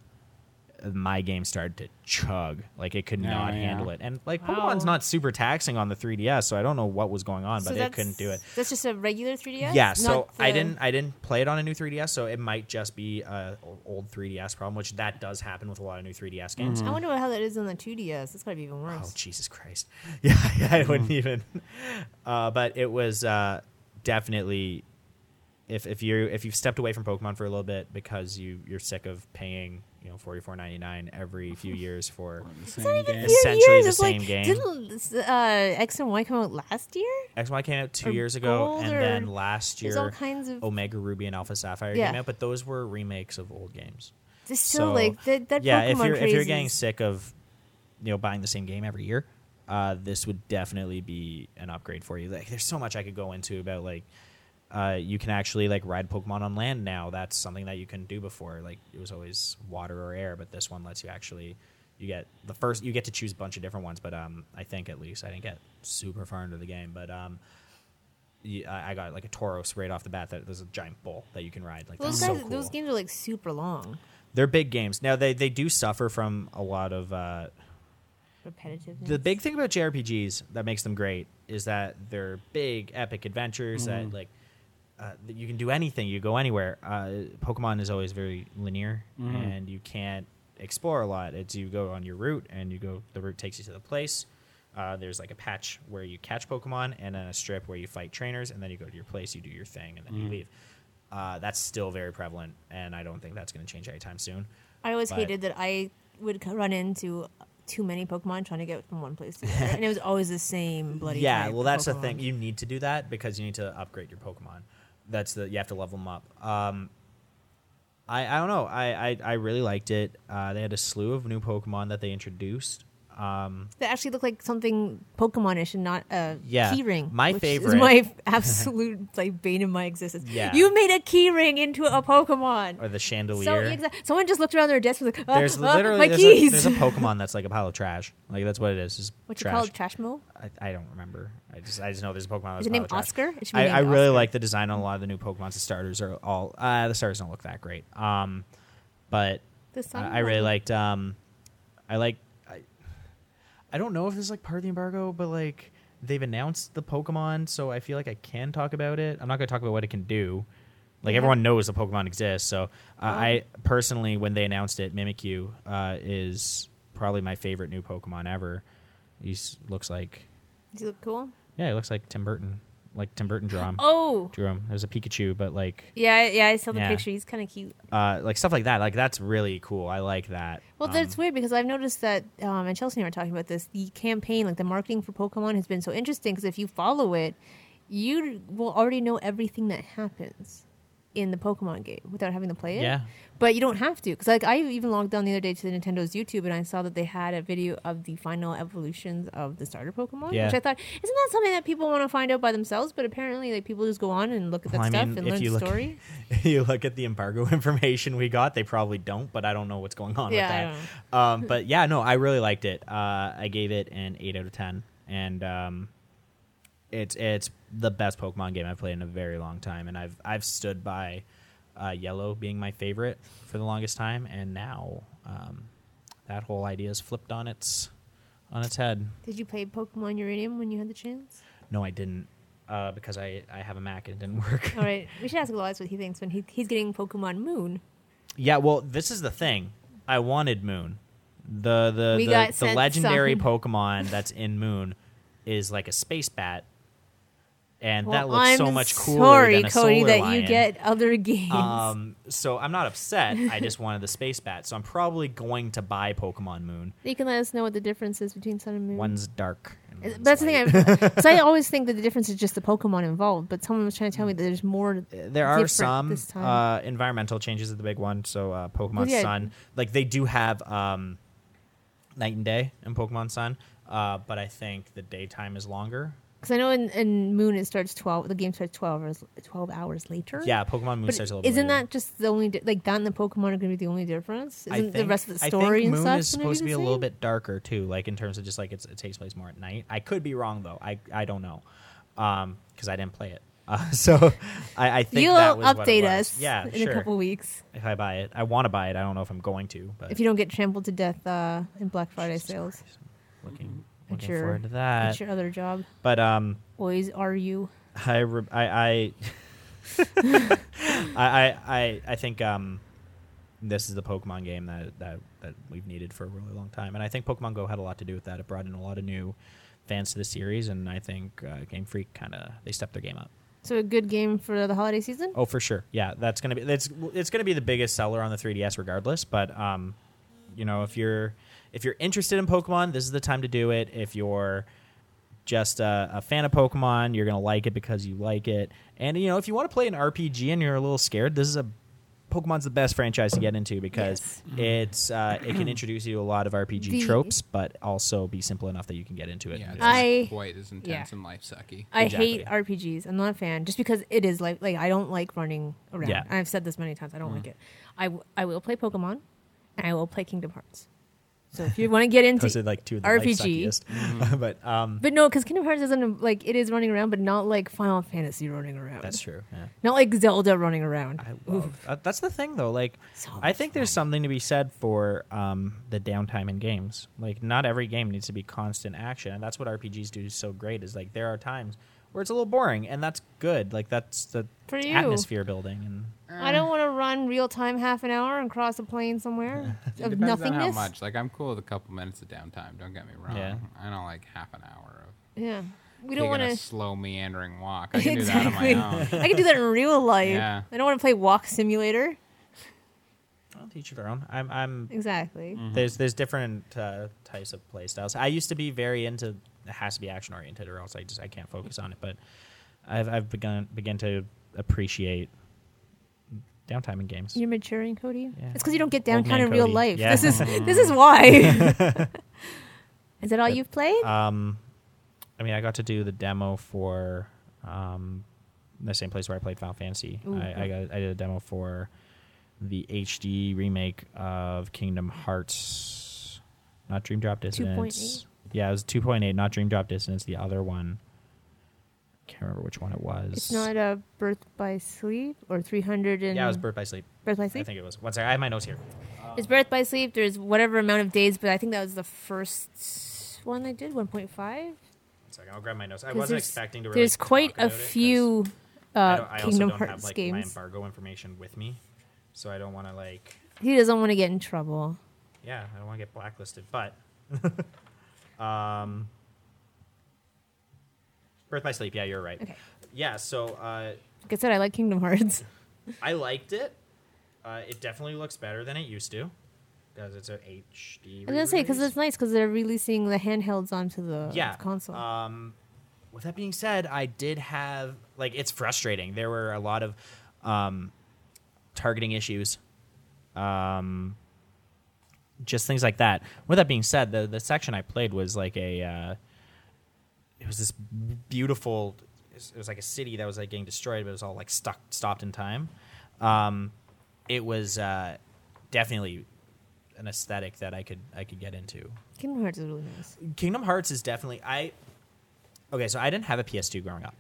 D: my game started to chug. Like it could
B: Oh,
D: not
B: yeah.
D: handle it. And like
A: Wow.
D: Pokemon's not super taxing on the 3DS, so I don't know what was going on,
A: So
D: but it
A: that's-
D: couldn't do it.
A: That's just a regular 3DS?
D: yeah, so
A: Not
D: I
A: the-
D: didn't I didn't play it on a new 3DS, so it might just be a o- old 3DS problem, which that does happen with a lot of new 3DS games.
A: I wonder how that is on the 2DS. That's got to be even
D: Oh
A: worse.
D: Jesus Christ! Yeah, yeah, I wouldn't even. Uh, but it was uh, definitely if if you if you've stepped away from Pokemon for a little bit because you you're sick of paying you know forty four ninety nine every few years for
B: Same game.
A: Few
D: essentially
A: years,
D: the
A: it's
D: same
A: like,
D: game.
A: Didn't uh, X and Y come out last year?
D: XY came out two
A: Or
D: years ago,
A: Gold
D: and
A: or-
D: then last
A: There's all
D: year
A: kinds of.
D: Omega Ruby and Alpha Sapphire
A: Yeah.
D: came out, but those were remakes of old games.
A: There's still
D: So,
A: like that. that
D: yeah,
A: Pokemon
D: if you're
A: craze
D: if you're getting
A: is-
D: sick of you know buying the same game every year, uh, this would definitely be an upgrade for you. Like, there's so much I could go into about like. Uh, you can actually like ride Pokemon on land now. That's something that you couldn't do before. Like it was always water or air, but this one lets you actually you get the first you get to choose a bunch of different ones. But um, I think at least I didn't get super far into the game, but um, you, I, I got like a Tauros right off the bat. That there's a giant bull that you can ride. Like
A: Those
D: that's
A: guys,
D: so cool
A: those games are like super long,
D: they're big games. Now they they do suffer from a lot of uh,
A: repetitive.
D: the big thing about JRPGs that makes them great is that they're big epic adventures that like uh, that you can do anything, you go anywhere. Uh, Pokemon is always very linear and you can't explore a lot. It's you go on your route and you go the route takes you to the place. Uh, there's like a patch where you catch Pokemon and then a strip where you fight trainers and then you go to your place, you do your thing, and then you leave. Uh, that's still very prevalent, and I don't think that's going to change anytime soon.
A: I always
D: but-
A: hated that I would c- run into too many Pokemon trying to get from one place to the other, and it was always the same bloody.
D: yeah
A: type
D: well that's the
A: Pokemon.
D: thing you need to do that because you need to upgrade your pokemon that's the you have to level them up um i i don't know i i, I really liked it uh they had a slew of new pokemon that they introduced um
A: They actually look like something Pokemonish and not a
D: Yeah.
A: key ring.
D: My
A: which
D: favorite-
A: is my f- absolute like bane of my existence.
D: Yeah.
A: you made a key ring into a Pokemon.
D: or the chandelier
A: so exa- someone just looked around their desk and was like, ah,
D: there's
A: ah,
D: literally
A: my
D: there's,
A: keys.
D: A, there's a pokemon that's like a pile of trash like that's what it is is
A: what you
D: trash.
A: call it, trash mo?
D: I, I don't remember. I just I just know there's a Pokemon.
A: Is
D: that's
A: it named
D: Pilot Trash.
A: Oscar? It should be
D: I,
A: named
D: I really
A: Oscar.
D: like the design on a lot of the new Pokemon. The starters are all uh, the starters don't look that great. Um, but
A: The
D: I,
A: sun
D: I really
A: one.
D: liked. Um, I like. I, I don't know if this is like part of the embargo, but like they've announced the Pokemon, so I feel like I can talk about it. I'm not going to talk about what it can do. Like
A: Yeah.
D: everyone knows the Pokemon exists, so uh, I personally, when they announced it, Mimikyu uh, is probably my favorite new Pokemon ever. He s- looks like
A: Does it look cool?
D: yeah, he looks like Tim Burton, like Tim Burton drew him.
A: Oh,
D: Drew him. There's a Pikachu, but like
A: yeah, yeah. I saw the
D: Yeah.
A: picture. He's kind of cute.
D: uh, like stuff like that. Like that's really cool. I like that.
A: Well,
D: Um,
A: that's weird because I've noticed that, um, and Chelsea and I were talking about this. The campaign, like the marketing for Pokemon, has been so interesting because if you follow it, you will already know everything that happens in the Pokemon game without having to play it.
D: Yeah.
A: But you don't have to because, like, I even logged on the other day to the Nintendo's YouTube and I saw that they had a video of the final evolutions of the starter Pokemon,
D: Yeah.
A: which I thought isn't that something that people want to find out by themselves? But apparently, like, people just go on and look at that
D: Well, I
A: stuff
D: mean,
A: and
D: if
A: learn
D: you
A: the
D: look-
A: story.
D: you look at the embargo information we got, they probably don't, but I don't know what's going on
A: Yeah, I
D: with that. Um, but yeah, no, I really liked it. Uh, I gave it an eight out of ten, and um, it's it's the best Pokemon game I've played in a very long time, and I've I've stood by uh, Yellow being my favorite for the longest time, and now um, that whole idea is flipped on its on its head.
A: Did you play Pokemon Uranium when you had the chance?
D: No, I didn't. Uh, because I, I have a Mac and it didn't work.
A: All right, we should ask Elias what he thinks when he, he's getting Pokemon Moon.
D: Yeah, well, this is the thing. I wanted Moon. The the
A: We
D: the,
A: got
D: the
A: sent
D: legendary
A: some.
D: Pokemon that's in Moon is like a space bat, and
A: Well,
D: that looks so
A: I'm
D: much cooler
A: Sorry,
D: than a
A: Cody,
D: solar
A: that
D: lion.
A: you get other games.
D: Um, so I'm not upset. I just wanted the space bat, so I'm probably going to buy Pokemon Moon.
A: you can let us know what the difference is between Sun and Moon.
D: One's dark. and
A: Uh,
D: one's
A: That's the
D: light.
A: thing. Because I always think that the difference is just the Pokemon involved, but someone was trying to tell me that there's more.
D: Uh, there are
A: different
D: some
A: This time.
D: uh, environmental changes is the big one. So uh, Pokemon
A: Well, yeah.
D: Sun, like they do have um, night and day in Pokemon Sun, uh, but I think the daytime is longer.
A: Because I know in, in Moon it starts twelve. The game starts twelve hours, twelve hours later.
D: Yeah, Pokemon Moon
A: but
D: starts a little.
A: isn't
D: bit later.
A: that just the only di- like that and the Pokemon are going to be the only difference? Isn't
D: I
A: the
D: think-
A: rest of the
D: I think
A: story and
D: Moon
A: stuff
D: is
A: gonna
D: supposed to
A: the
D: be a little
A: same?
D: bit darker too, like in terms of just like it's, it takes place more at night. I could be wrong though. I I don't know, because I didn't play it. Uh, so I, I think
A: You'll
D: that was what it
A: update
D: was.
A: us
D: Yeah,
A: in
D: sure.
A: a couple weeks
D: if I buy it, I want to buy it. I don't know if I'm going to, but
A: if you don't get trampled to death uh, in Black Friday
D: Jesus
A: sales.
D: Christ, I'm looking
A: At
D: looking
A: your-
D: forward to
A: That's
D: that.
A: your other job.
D: But um,
A: Always are you.
D: I re- I I, I I I I think um, this is the Pokemon game that that that we've needed for a really long time, and I think Pokemon Go had a lot to do with that. It brought in a lot of new fans to the series, and I think uh, Game Freak kind of they stepped their game up.
A: So a good game for the holiday season.
D: Oh, for sure. Yeah, that's gonna be that's it's gonna be the biggest seller on the 3DS regardless. But um, you know, if you're if you're interested in Pokemon, this is the time to do it. If you're just a, a fan of Pokemon, you're gonna like it because you like it. And you know, if you want to play an RPG and you're a little scared, this is a Pokemon's the best franchise to get into because it's uh, it can introduce you to a lot of RPG
A: Mm-hmm. The-
D: tropes, but also be simple enough that you can get into it.
B: Yeah, it's
D: It's-
B: not
A: I-
B: quite as intense
A: yeah.
B: and life sucky.
A: I
D: Exactly.
A: hate RPGs. I'm not a fan just because it is like like I don't like running around.
D: Yeah. Mm-hmm.
A: And I've said this many times. I don't like it. I, w- I will play Pokemon and I will play Kingdom Hearts. So if you want to get into
D: those are Oh, like two of the
A: RPG.
D: life suckiest. but um,
A: But no, because Kingdom Hearts isn't like it is running around, but not like Final Fantasy running around.
D: that's true. Yeah.
A: Not like Zelda running around.
D: I love that. That's the thing, though. Like,
A: So
D: I
A: much
D: think there's something to be said for um, the downtime in games. Like, not every game needs to be constant action, and that's what RPGs do so great. Is like there are times where it's a little boring, and that's good. Like that's the
A: For
D: it's
A: you.
D: atmosphere building, and
A: I
D: Mm.
A: don't want to run real time half an hour and cross a plane somewhere
B: It
A: of
B: depends on how
A: nothingness.
B: much. Like I'm cool with a couple minutes of downtime. Don't get me wrong.
D: Yeah.
B: I don't like half an hour of
A: Yeah, we don't
B: taking
A: want
B: a
A: to.
B: slow meandering walk. I can
A: Exactly.
B: do that on my own.
A: I can do that in real life.
B: Yeah.
A: I don't want to play Walk Simulator.
D: I'll teach you their own. I'm, I'm
A: Exactly.
D: there's there's different uh, types of play styles. I used to be very into it has to be action oriented, or else I just I can't focus on it. But I've I've begun begin to appreciate downtime in games.
A: You're maturing, Cody.
D: Yeah.
A: It's because you don't get
D: Old
A: downtown
D: man
A: in real
D: Cody.
A: life.
D: Yeah.
A: This is this is why. is that all you've played?
D: Um, I mean, I got to do the demo for um, the same place where I played Final Fantasy.
A: Ooh,
D: I, I, got, I did a demo for the HD remake of Kingdom Hearts, not Dream Drop Distance.
A: 2.8?
D: Yeah, it was 2.8, not Dream Drop Distance. The other one, can't remember which one it was.
A: it's not a Birth by Sleep or 300 and
D: yeah, it was Birth by Sleep.
A: Birth by
D: I
A: Sleep.
D: think uh, it was. One second, I have my notes here.
A: It's Birth by Sleep. There's whatever amount of days, but I think that was the first one I did, 1.5.
D: One second, I'll grab my notes. I
A: 'Cause
D: wasn't
A: there's-
D: expecting to. Really
A: There's quite
D: talk
A: a
D: about it 'cause-
A: few
D: I,
A: uh,
D: don't, I
A: Kingdom
D: also don't
A: Hearts
D: have like my
A: games.
D: embargo information with me, so I don't want to like.
A: He doesn't want to get in trouble.
D: Yeah, I don't want to get blacklisted, but. um, Birth by Sleep. Yeah, you're right.
A: Okay.
D: Yeah, so uh,
A: Like I said, I like Kingdom Hearts.
D: I liked it. Uh, it definitely looks better than it used to, because it's a HD.
A: I was gonna say because
D: re-release.
A: it's nice because they're releasing the handhelds onto the
D: yeah.
A: console.
D: Um, with that being said, I did have like it's frustrating. There were a lot of um, targeting issues, um, just things like that. With that being said, the the section I played was like a uh, it was this beautiful. It was like a city that was like getting destroyed, but it was all like stuck stopped in time. Um, it was uh, definitely an aesthetic that I could I could get into.
A: Kingdom Hearts is really nice.
D: Kingdom Hearts is definitely I. Okay, so I didn't have a PS2 growing up.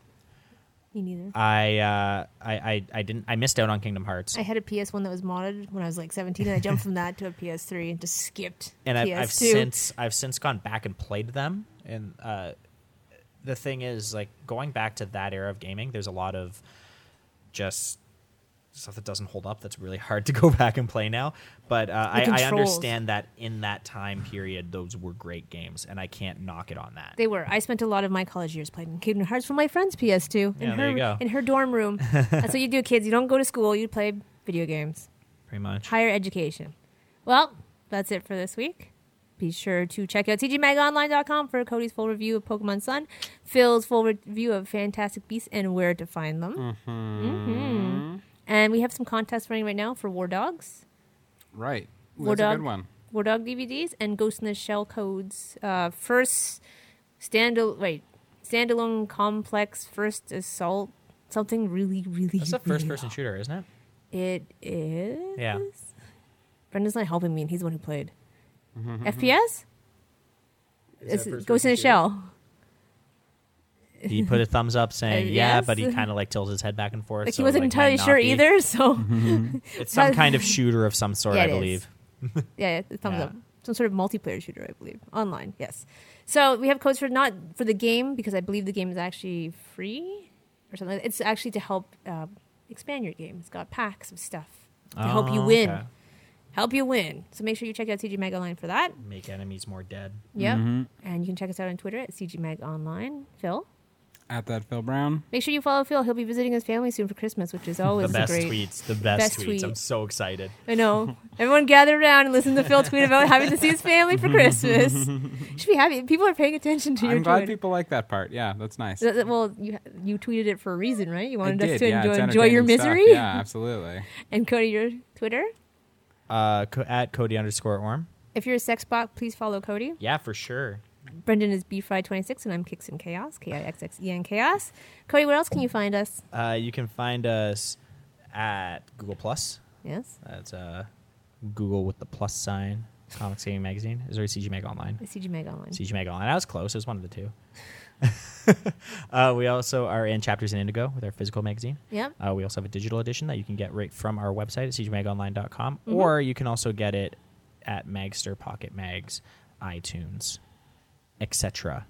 A: Me neither.
D: I uh, I, I I didn't. I missed out on Kingdom Hearts,
A: I had a PS1 that was modded when I was like 17, and I jumped from that to a PS3 and just skipped
D: and I've,
A: PS2.
D: I've since I've since gone back and played them. And uh, the thing is, like going back to that era of gaming, there's a lot of just stuff that doesn't hold up that's really hard to go back and play now. But uh, I, I
A: controls.
D: understand that in that time period, those were great games, and I can't knock it on that.
A: They were. I spent a lot of my college years playing Kingdom Hearts with my friend's PS2 in
D: Yeah,
A: her
D: there you go.
A: in her dorm room. That's what you do, kids. You don't go to school. You play video games.
D: Pretty much.
A: Higher education. Well, that's it for this week. Be sure to check out tgmagonline.com for Cody's full review of Pokemon Sun, Phil's full review of Fantastic Beasts and where to find them. Mm-hmm.
D: Mm-hmm.
A: And we have some contests running right now for War Dogs,
B: Right. Ooh,
A: War
B: that's a
A: Dog.
B: good one.
A: War Dog DVDs, and Ghost in the Shell codes. Uh, first standal wait standalone complex first assault something really really.
D: That's a
A: really-
D: first person shooter, isn't it?
A: It is.
D: Yeah.
A: Brendan's not helping me, and he's the one who played.
D: Mm-hmm,
A: FPS? It's
E: that first
A: Ghost
E: person
A: in a
E: shooter?
A: Shell.
D: He put a thumbs up saying,
A: Uh,
D: yeah,
A: yes.
D: but he kind of like tilts his head back and forth.
A: Like he
D: so
A: wasn't
D: might
A: entirely
D: not
A: sure
D: be.
A: either, so
D: It's some kind of shooter of some sort,
A: Yeah,
D: I
A: it is.
D: believe.
A: yeah, yeah, thumbs
D: Yeah.
A: up. Some sort of multiplayer shooter, I believe, online. Yes. So we have codes for not for the game because I believe the game is actually free or something. It's actually to help uh, expand your game. It's got packs of stuff to help you
D: Oh,
A: win.
D: okay.
A: Help you win. So make sure you check out CG Mag Online for that.
D: Make enemies more dead.
A: Yep. And you can check us out on Twitter at CG Mag Online. Phil.
B: At that Phil Brown.
A: Make sure you follow Phil. He'll be visiting his family soon for Christmas, which is always
D: the best
A: great.
D: tweets. The best,
A: Best
D: tweets. I'm
A: tweet.
D: so excited.
A: I know. Everyone gather around and listen to Phil tweet about having to see his family for Christmas. You should be happy. People are paying attention to your
B: I'm glad
A: Twitter.
B: people like that part. Yeah, that's nice.
A: Th- th- Well, you you tweeted it for a reason, right? You
B: I
A: wanted us
B: did.
A: to
B: yeah, it's
A: enjoy, enjoy your
B: entertaining stuff.
A: misery.
B: Yeah, absolutely.
A: And Cody, your Twitter.
D: Uh, co- at Cody underscore Orm.
A: If you're a sex bot, please follow Cody.
D: Yeah, for sure.
A: Brendan is bfry26, and I'm Kicks and Chaos, K I X X E N Chaos. Cody, where else can you find us?
D: Uh, you can find us at Google Plus.
A: Yes,
D: That's uh, Google with the plus sign. Comics Gaming Magazine. Is there a CG Mag Online?
A: at CG Mag Online.
D: CG Mag Online. I was close. It was one of the two. uh, we also are in Chapters in Indigo with our physical magazine.
A: Yep.
D: Uh, we also have a digital edition that you can get right from our website at cgmagonline.com, or you can also get it at Magster, Pocket Mags, iTunes, etc.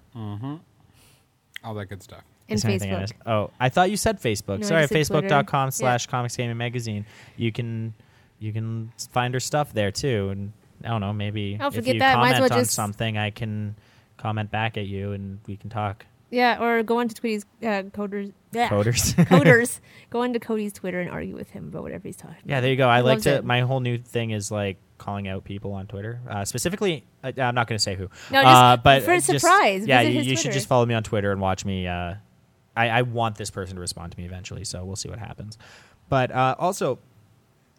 B: All that good stuff.
A: And
D: Is there anything I
A: Facebook.
D: missed? Oh, I thought you said Facebook.
A: No, I
D: Sorry,
A: just said Twitter.
D: facebook.com
A: Yeah.
D: slash comics gaming magazine. You can you can find her stuff there too. And I don't know, maybe
A: Oh,
D: if
A: forget
D: you
A: that. Might as
D: comment
A: well
D: on
A: just-
D: something, I can comment back at you and we can talk.
A: Yeah, or go on to Tweety's uh, coders. Yeah.
D: Coders.
A: coders. Go on to Cody's Twitter and argue with him about whatever he's talking.
D: Yeah, there you go. I like
A: loves
D: to.
A: it.
D: My whole new thing is like calling out people on Twitter, uh, specifically. I, I'm not going to say who.
A: No, just
D: uh, but
A: for a
D: just-
A: surprise,
D: Yeah,
A: visit
D: you,
A: his
D: you should
A: Twitter.
D: just follow me on Twitter and watch me. Uh, I, I want this person to respond to me eventually, so we'll see what happens. But uh, also,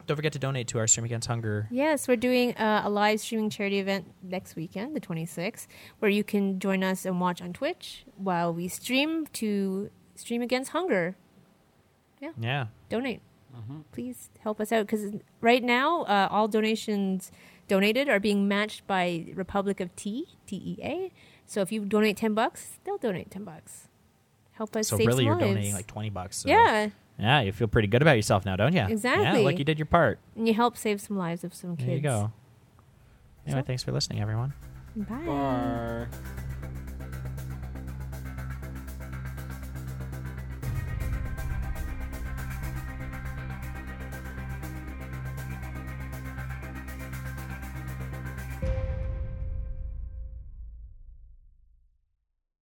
D: don't forget to donate to our Stream Against Hunger.
A: Yes, we're doing uh, a live streaming charity event next weekend, the 26th, where you can join us and watch on Twitch while we stream to stream against hunger.
D: Yeah,
A: Donate. Please help us out because right now, uh, all donations donated are being matched by Republic of Tea, T E A. So if you donate 10 bucks, they'll donate 10 bucks. Help us
D: so
A: save
D: really,
A: some
D: you're
A: lives.
D: donating like 20 bucks. So.
A: yeah,
D: yeah, you feel pretty good about yourself now, don't you?
A: Exactly.
D: Yeah, like you did your part.
A: and you help save some lives of some kids.
D: There you go. Anyway,
A: So-
D: thanks for listening, everyone.
A: Bye.
B: Bye.